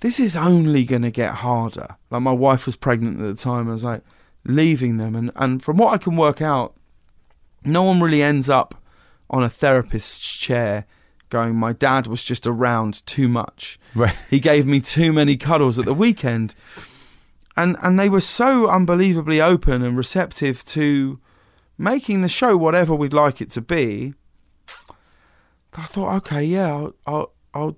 J: this is only going to get harder. Like my wife was pregnant at the time, and I was like, leaving them, and and from what I can work out, no one really ends up on a therapist's chair going my dad was just around too much
A: Right.
J: he gave me too many cuddles at the weekend and and they were so unbelievably open and receptive to making the show whatever we'd like it to be i thought okay yeah i'll i'll i'll,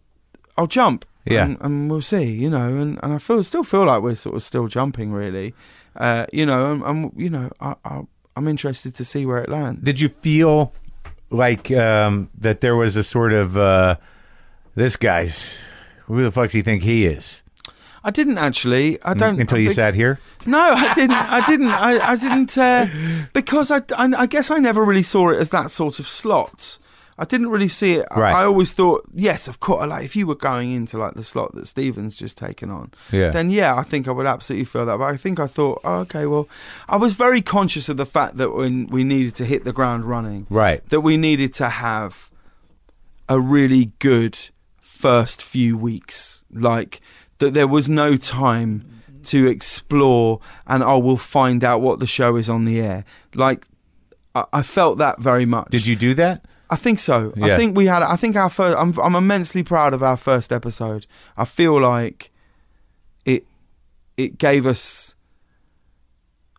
J: I'll jump
A: Yeah.
J: and, and we'll see you know and, and i feel still feel like we're sort of still jumping really uh you know and, and you know i, I i'm interested to see where it lands
A: Did you feel like um, that there was a sort of uh, this guy's? Who the fuck's he think he is?
J: i didn't actually i don't
A: Mm, Until
J: I
A: you
J: think-
A: sat here.
J: No, I didn't. I didn't. I, I didn't. Uh, because I, I, I guess I never really saw it as that sort of slot. I didn't really see it. I-
A: Right.
J: I, always thought, yes, of course. Like if you were going into like the slot that Stevens just taken on,
A: Yeah.
J: then yeah, I think I would absolutely feel that. But I think I thought, oh, okay, well, I was very conscious of the fact that when we needed to hit the ground running,
A: Right.
J: that we needed to have a really good first few weeks. Like that there was no time to explore and oh we'll find out what the show is on the air. Like I, I felt that very much.
A: Did you do that?
J: I think so. I
A: Yeah.
J: think we had. I think our first. I'm, I'm immensely proud of our first episode. I feel like it. It gave us.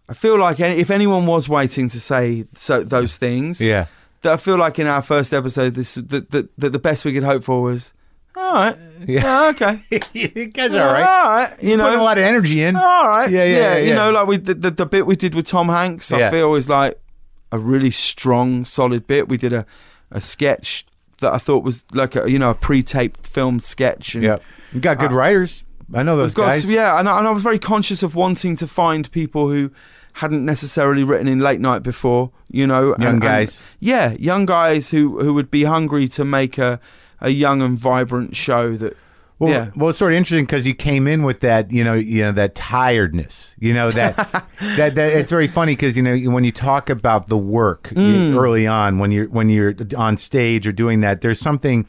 J: I feel like any, if anyone was waiting to say so, those things,
A: Yeah.
J: that I feel like in our first episode, this that that, that the best we could hope for was. All right.
A: Yeah.
J: Yeah. okay.
A: you guys are all right.
J: All right. You
A: Putting a
J: know.
A: lot of energy in.
J: All right.
A: Yeah, yeah, yeah,
J: You
A: yeah.
J: know, like we the, the, the bit we did with Tom Hanks, I
A: Yeah.
J: feel is like a really strong, solid bit. We did a, a sketch that I thought was like a you know a pre-taped filmed sketch. And
A: Yeah. You got good writers. I know those
J: We've got-
A: guys.
J: yeah, and I, and I was very conscious of wanting to find people who hadn't necessarily written in late night before, you know.
A: Young guys.
J: yeah, young guys who, who would be hungry to make a, a young and vibrant show that.
A: Well,
J: yeah.
A: well, it's sort of interesting because you came in with that, you know, you know that tiredness, you know that that, that it's very funny because you know when you talk about the work
J: Mm.
A: you- early on when you're when you're on stage or doing that, there's something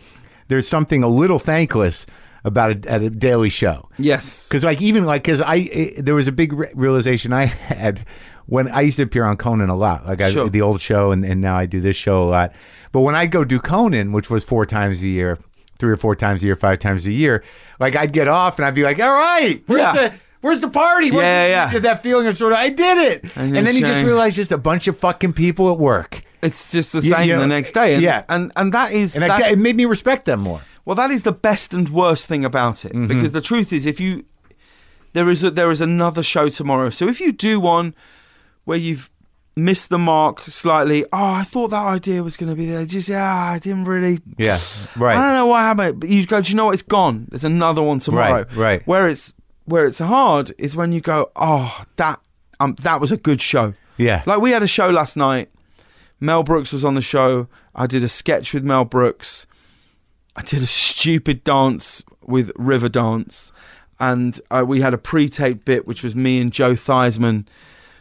A: there's something a little thankless about a, at a daily show.
J: Yes.
A: Because like even like because I it, there was a big re- realization I had when I used to appear on Conan a lot, like I
J: Sure.
A: the old show, and, and now I do this show a lot. But when I go do Conan, which was four times a year, three or four times a year, five times a year, like I'd get off and I'd be like, "All right, where's
J: Yeah.
A: the where's the party?" Where's
J: Yeah,
A: the-"
J: yeah.
A: you get That feeling of sort of I did it,
J: And
A: and, then you just
J: shame.
A: realize just a bunch of fucking people at work,
J: It's just the
A: You-
J: same
A: you-
J: the next day. And,
A: yeah.
J: And, and that is.
A: and I
J: that-
A: ca- it made me respect them more.
J: Well, that is the best and worst thing about
A: Mm-hmm.
J: it because the truth is, if you there is a, there is another show tomorrow. So if you do one where you've missed the mark slightly, oh, I thought that idea was going to be there. Just yeah, I didn't really.
A: Yeah,
J: I don't know what happened, but you go. Do you know what? It's gone. There's another one tomorrow.
A: Right, right.
J: Where it's where it's hard is when you go. Oh, that um, that was a good show.
A: Yeah,
J: Like we had a show last night. Mel Brooks was on the show. I did a sketch with Mel Brooks. I did a stupid dance with River Dance, and uh, we had a pre-taped bit, which was me and Joe Theismann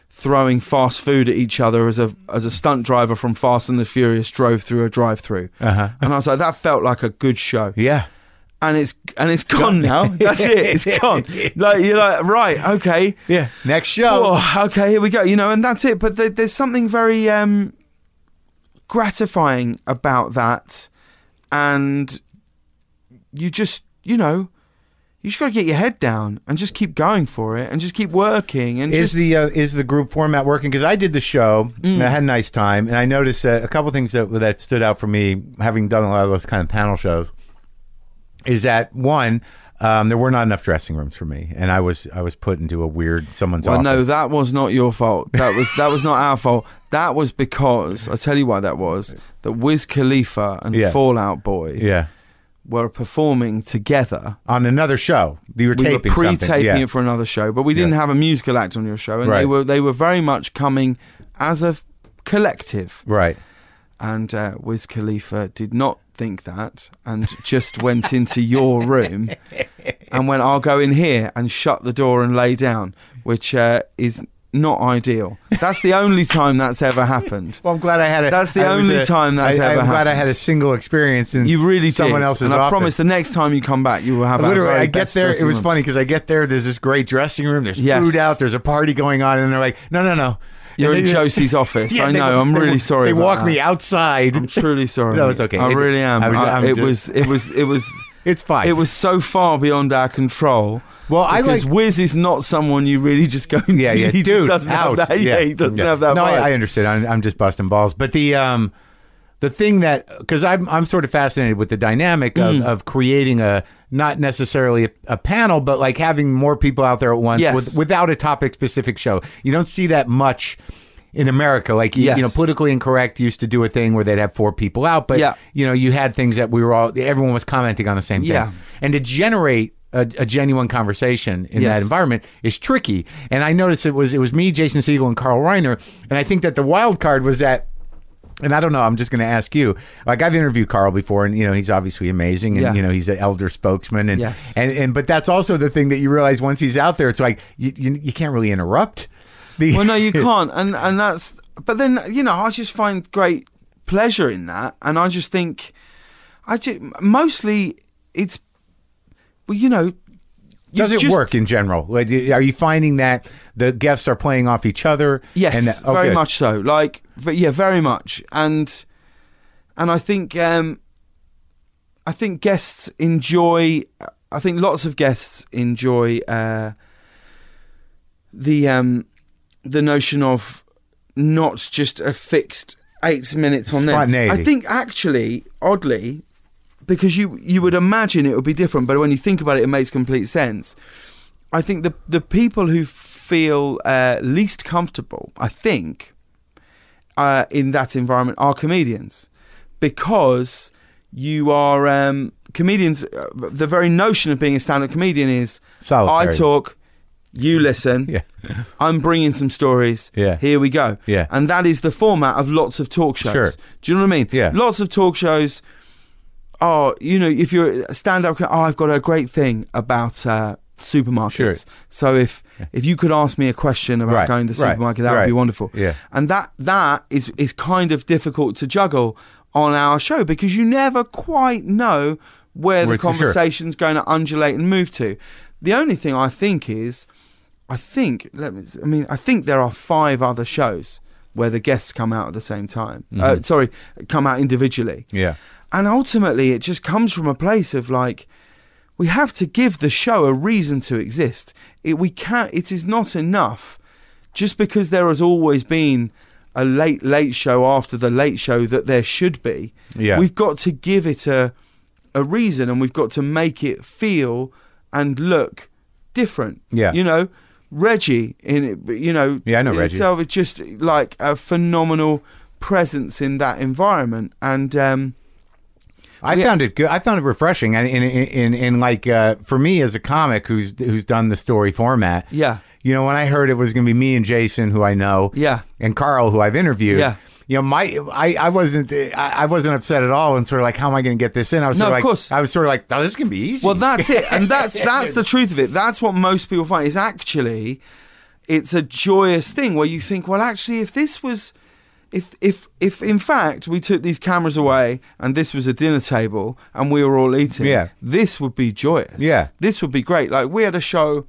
J: throwing fast food at each other as a as a stunt driver from Fast and the Furious drove through a drive-through.
A: Uh-huh.
J: And I was like, that felt like a good show
A: yeah.
J: and it's and it's gone now. That's it. It's gone. Like you're like right, okay, yeah.
A: Next show,
J: Oh, okay, here we go. You know, and that's it. But there, there's something very um, gratifying about that, and you just you know. You just got to get your head down and just keep going for it, and just keep working. And
A: is
J: just, Mm.
A: the uh, is the group format working? Because I did the show, and I had a nice time, and I noticed uh, a couple things that that stood out for me, having done a lot of those kind of panel shows, is that one. Um, there were not enough dressing rooms for me, and I was I was put into a weird someone's
J: well,
A: office.
J: no, that was not your fault. That was that was not our fault. That was because I tell you why that was that Wiz Khalifa and
A: Yeah.
J: Fallout Boy
A: yeah,
J: were performing together.
A: on another show, you were
J: We were
A: taping
J: pre-taping
A: something. Yeah.
J: it for another show, but we didn't have a musical act on your show, and they
A: Right.
J: were they were very much coming as a f- collective.
A: right.
J: And uh, Wiz Khalifa did not think that, and just went into your room and went, "I'll go in here," and shut the door and lay down, which uh, is not ideal. That's the only time that's ever happened.
A: Well, I'm glad I had it.
J: That's the only time that's
A: I,
J: ever
A: I'm glad I had
J: happened.
A: a single experience in
J: You really
A: someone
J: did.
A: else's
J: and I
A: office.
J: promise the next time you come back, you will have. our
A: Literally,
J: very
A: I get
J: best
A: there. It
J: dressing
A: was
J: room.
A: funny because I get there. There's this great dressing room. There's
J: Yes.
A: food out. There's a party going on, and they're like, "No, no, no."
J: You're
A: And
J: in
A: they-
J: Josie's office.
A: Yeah,
J: I
A: they-
J: know. I'm
A: they-
J: really sorry.
A: They
J: about
A: walk
J: that.
A: me outside.
J: I'm truly sorry.
A: No, it's okay.
J: I
A: It-
J: really am.
A: I was-
J: I-
A: I'm
J: it
A: ju-
J: was. It was. It was.
A: It's fine.
J: It was so far beyond our control.
A: Well, I
J: because
A: like-
J: Wiz is not someone you really just go.
A: Yeah, yeah,
J: he
A: dude.
J: just doesn't
A: ouch.
J: have that. Yeah, he doesn't
A: Yeah.
J: have that.
A: No,
J: vibe.
A: I, I understood. I'm, I'm just busting balls. But the um, the thing that because I'm I'm sort of fascinated with the dynamic of,
J: Mm.
A: of creating a not necessarily a, a panel, but like having more people out there at once
J: Yes.
A: with, without a topic specific show. You don't see that much. In America, like you- you know,
J: Yes.
A: politically incorrect used to do a thing where they'd have four people out, but
J: Yeah.
A: you know, you had things that we were all everyone was commenting on the same thing,
J: Yeah.
A: and to generate a, a genuine conversation in that
J: Yes.
A: environment environment is tricky. And I noticed it was it was me, Jason Siegel, and Carl Reiner. And I think that the wild card was that. And I don't know. I'm just going to ask you. Like I've interviewed Carl before, and you know he's obviously amazing, and
J: Yeah.
A: you know he's an elder spokesman, and
J: Yes.
A: and and but that's also the thing that you realize once he's out there, it's like you you, you can't really interrupt. The,
J: well, no, you can't, and and that's. But then you know, I just find great pleasure in that, and I just think, I just mostly it's, well, you know, you
A: does it
J: just-
A: work in general? Like, Are you finding that the guests are playing off each other?
J: Yes,
A: and that- oh,
J: very
A: good.
J: much so. Like, v- yeah, very much. And and I think um, I think guests enjoy. I think lots of guests enjoy uh, the um, the notion of not just a fixed eight minutes on them.
A: Spontaneity.
J: I think actually, oddly, because you you would imagine it would be different, but when you think about it, it makes complete sense. I think the the people who feel uh, least comfortable, I think, uh, in that environment are comedians, because you are um, comedians. Uh, the very notion of being a stand-up comedian is I
A: Solitary.
J: talk, You listen.
B: Yeah.
J: I'm bringing some stories.
B: Yeah.
J: Here we go.
B: Yeah.
J: And that is the format of lots of talk shows.
B: Sure.
J: Do you know what I mean?
B: Yeah.
J: Lots of talk shows. Oh, you know, if you're a stand-up, co- oh, I've got a great thing about uh, supermarkets.
B: Sure.
J: So if if you could ask me a question about
B: Right,
J: going to the
B: right,
J: supermarket, that would be
B: right.
J: wonderful.
B: Yeah.
J: And that that is is kind of difficult to juggle on our show because you never quite know where
B: Where
J: the
B: it's- sure.
J: conversation's going to undulate and move to. The only thing I think is, I think let me. I mean, I think there are five other shows where the guests come out at the same time. Uh, sorry, come out individually.
B: Yeah.
J: And ultimately, it just comes from a place of like, we have to give the show a reason to exist. It, we can't. It is not enough just because there has always been a late late show after the late show that there should be.
B: Yeah.
J: We've got to give it a a reason, and we've got to make it feel and look different.
B: Yeah.
J: You know, Reggie in it, you know.
B: Yeah, I know
J: in
B: Reggie.
J: Itself, it's just like a phenomenal presence in that environment, and. um
A: I found it good. I found it refreshing, and in in in, in like uh, for me as a comic who's who's done the story format.
J: Yeah.
A: you know when I heard it was going to be me and Jason, who I know.
J: Yeah.
A: and Carl, who I've interviewed.
J: Yeah.
A: You know, my I, I wasn't I, I wasn't upset at all, and sort of like, how am I going to get this in? I was
J: No,
A: sort
J: of
A: like,
J: course.
A: I was sort of like, oh, this can be easy.
J: Well, that's it, and that's that's the truth of it. That's what most people find is actually, it's a joyous thing where you think, well, actually, if this was, if if if in fact we took these cameras away and this was a dinner table and we were all eating,
A: Yeah.
J: this would be joyous.
A: Yeah.
J: this would be great. Like we had a show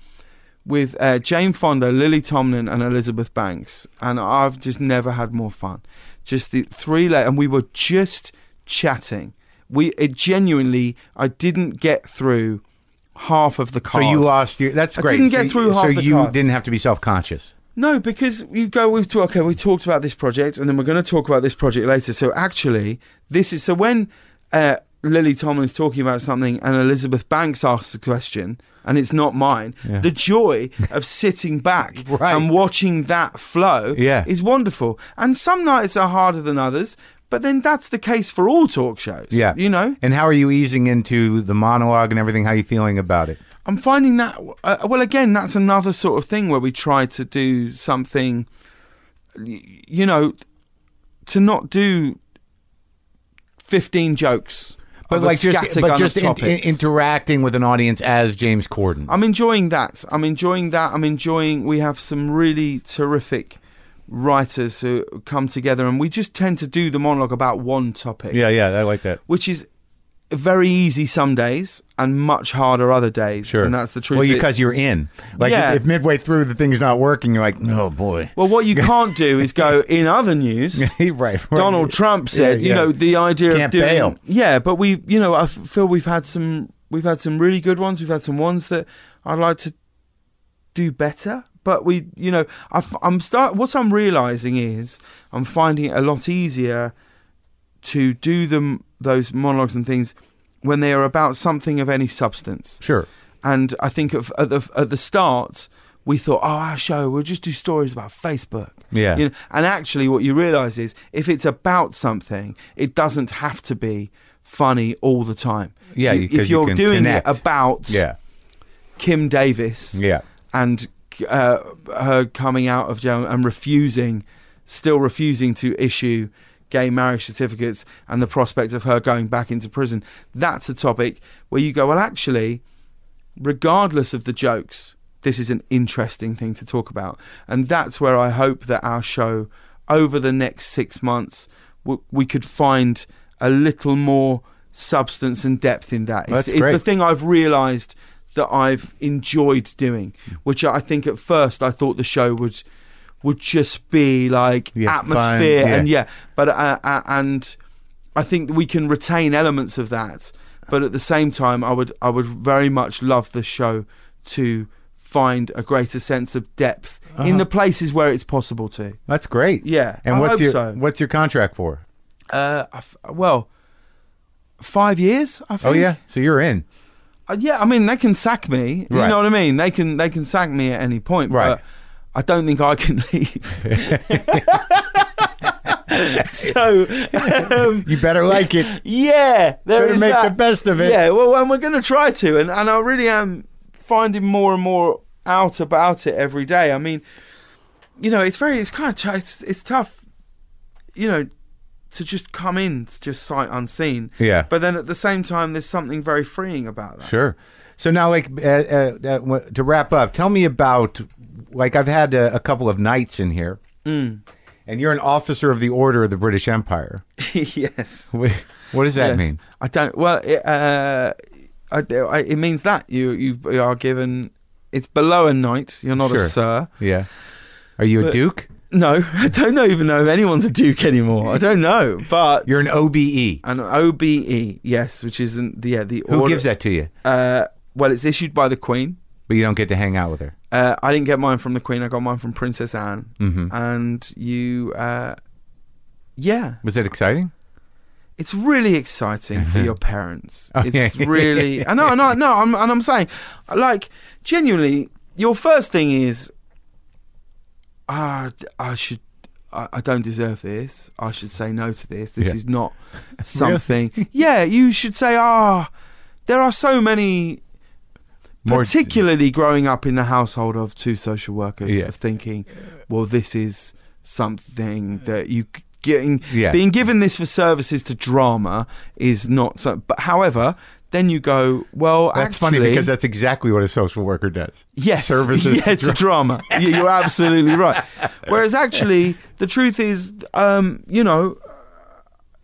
J: with uh, Jane Fonda, Lily Tomlin, and Elizabeth Banks, and I've just never had more fun. Just the three, la- and we were just chatting. We it genuinely, I didn't get through half of the
A: so
J: card.
A: you lost your. That's
J: I
A: great.
J: didn't
A: So
J: get
A: you-
J: through half
A: So
J: the
A: you
J: card.
A: didn't have to be self conscious.
J: No, because you go, we've talked, okay, we talked about this project and then we're going to talk about this project later. So actually, this is so when uh, Lily Tomlin's talking about something and Elizabeth Banks asks a question and it's not mine, the joy of sitting back
A: Right.
J: and watching that flow
A: Yeah.
J: is wonderful. And some nights are harder than others, but then that's the case for all talk shows.
A: Yeah,
J: You know?
A: And how are you easing into the monologue and everything? How are you feeling about it?
J: I'm finding that uh, well again that's another sort of thing where we try to do something y- you know to not do 15 jokes
A: But
J: of a
A: like just,
J: scattergun
A: but
J: of
A: just in- in-
J: topics.
A: interacting with an audience as James Corden.
J: I'm enjoying that. I'm enjoying that. I'm enjoying. We have some really terrific writers who come together, and we just tend to do the monologue about one topic.
A: yeah, I like that.
J: which is very easy some days and much harder other days.
A: Sure,
J: and that's the truth.
A: Well,
J: It-
A: because you're in. Like
J: Yeah.
A: if, if midway through the thing's not working, you're like, oh boy.
J: Well, what you can't do is go in other news.
A: right, right.
J: Donald Trump said,
A: Yeah,
J: you
A: yeah.
J: know, the idea of
A: Can't
J: doing,
A: bail.
J: yeah, but we, you know, I f- feel we've had some, we've had some really good ones. We've had some ones that I'd like to do better, but we, you know, I f- I'm start. What I'm realizing is I'm finding it a lot easier to do them those monologues and things when they are about something of any substance.
A: Sure.
J: And I think of, at the at the start, we thought, oh, our show, we'll just do stories about Facebook.
A: Yeah.
J: You know, and actually, what you realise is, if it's about something, it doesn't have to be funny all the time.
A: Yeah,
J: You-
A: because
J: if
A: you
J: you're
A: can
J: doing
A: connect.
J: it about
A: Yeah.
J: Kim Davis,
A: Yeah.
J: and uh, her coming out of jail and refusing, still refusing to issue gay marriage certificates, and the prospect of her going back into prison. That's a topic where you go, well, actually, regardless of the jokes, this is an interesting thing to talk about. And that's where I hope that our show over the next six months, we, we could find a little more substance and depth in that. It's,
A: That's
J: it's the
A: great.
J: thing I've realized that I've enjoyed doing,
A: Mm.
J: which I think at first I thought the show would would just be like
A: Yeah,
J: atmosphere
A: fun, yeah.
J: and yeah, but uh, uh, and I think we can retain elements of that, but at the same time, I would I would very much love the show to find a greater sense of depth in the places where it's possible to.
A: That's great.
J: Yeah,
A: Uh-huh. And
J: I
A: what's
J: hope
A: your
J: so.
A: what's your contract for?
J: Uh, I f- well, five years. I
A: Oh
J: think.
A: yeah. So you're in.
J: Uh, yeah. I mean, they can sack me. You
A: Right.
J: know what I mean? They can they can sack me at any point.
A: Right.
J: But I don't think I can leave. so um,
A: You better like it.
J: Yeah, there
A: Better
J: is
A: make
J: that.
A: the best of it.
J: Yeah, well, and we're going to try to, and, and I really am finding more and more out about it every day. I mean, you know, it's very, it's kind of, ch- it's, it's tough, you know, to just come in to just sight unseen.
A: Yeah.
J: But then at the same time, there's something very freeing about that.
A: Sure. So now, like uh, uh, uh, w- to wrap up, tell me about like I've had a, a couple of nights in here,
J: Mm.
A: and you're an officer of the Order of the British Empire.
J: yes.
A: Wh- what does that
J: Yes.
A: mean?
J: I don't. Well, it, uh, I, I, it means that you you are given. It's below a knight. You're not
A: Sure.
J: a sir.
A: Yeah. Are you a
J: But-
A: duke?
J: No, I don't know even know if anyone's a duke anymore. I don't know, but
A: You're an OBE.
J: an OBE, yes, which isn't the yeah, the
A: Who
J: order-
A: gives that to you?
J: Uh, well, it's issued by the Queen.
A: But you don't get to hang out with her.
J: Uh, I didn't get mine from the Queen. I got mine from Princess Anne.
A: Mhm.
J: And you, uh, yeah,
A: Was it exciting?
J: it's really exciting for
A: Mm-hmm.
J: your parents.
A: Oh,
J: it's
A: yeah.
J: really. I know, I know, I know. I'm, and I'm saying, like, genuinely, your first thing is, ah, d- I should. I I don't deserve this. I should say no to this. This
A: Yeah.
J: is not something. yeah, you should say, ah, there are so many,
A: More-
J: particularly growing up in the household of two social workers,
A: Yeah.
J: of thinking, well, this is something that you c- getting
A: Yeah.
J: being given this for services to drama is not so. But however, then you go, well,
A: That's
J: actually,
A: funny because that's exactly what a social worker does.
J: yes,
A: Services.
J: yeah, it's a drama. yeah, you're absolutely right. Whereas actually, the truth is, um, you know.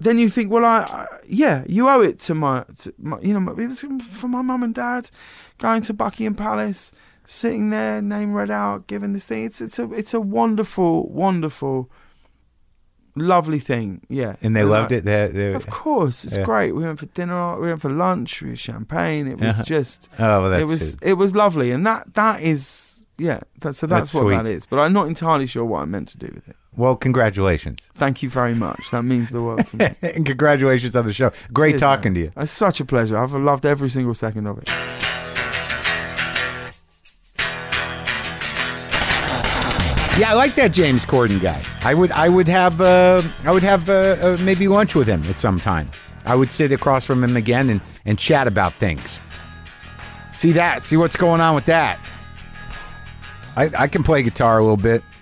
J: Then you think, well, I, I yeah, you owe it to my, to my you know, my, it was for my mum and dad going to Buckingham Palace, sitting there, name read out, giving this thing. It's it's a it's a wonderful, wonderful, lovely thing. Yeah,
A: and they loved it. They, they,
J: of course, it's
A: Yeah.
J: great. We went for dinner, we went for lunch, we had champagne. It was
A: Uh-huh.
J: just,
A: oh, well, that's
J: it was, it was lovely, and that that is, yeah. That, so that's,
A: That's
J: what that
A: sweet.
J: is. But I'm not entirely sure what I meant to do with it.
A: well. Congratulations
J: Thank you very much. That means the world to me.
A: and congratulations on the show. Great
J: Cheers,
A: talking
J: man.
A: to you.
J: It's such a pleasure. I've loved every single second of it.
A: Yeah, I like that James Corden guy. I would, I would have, uh, I would have uh, uh, maybe lunch with him at some time. I would sit across from him again and and chat about things. See that? See what's going on with that? I I can play guitar a little bit.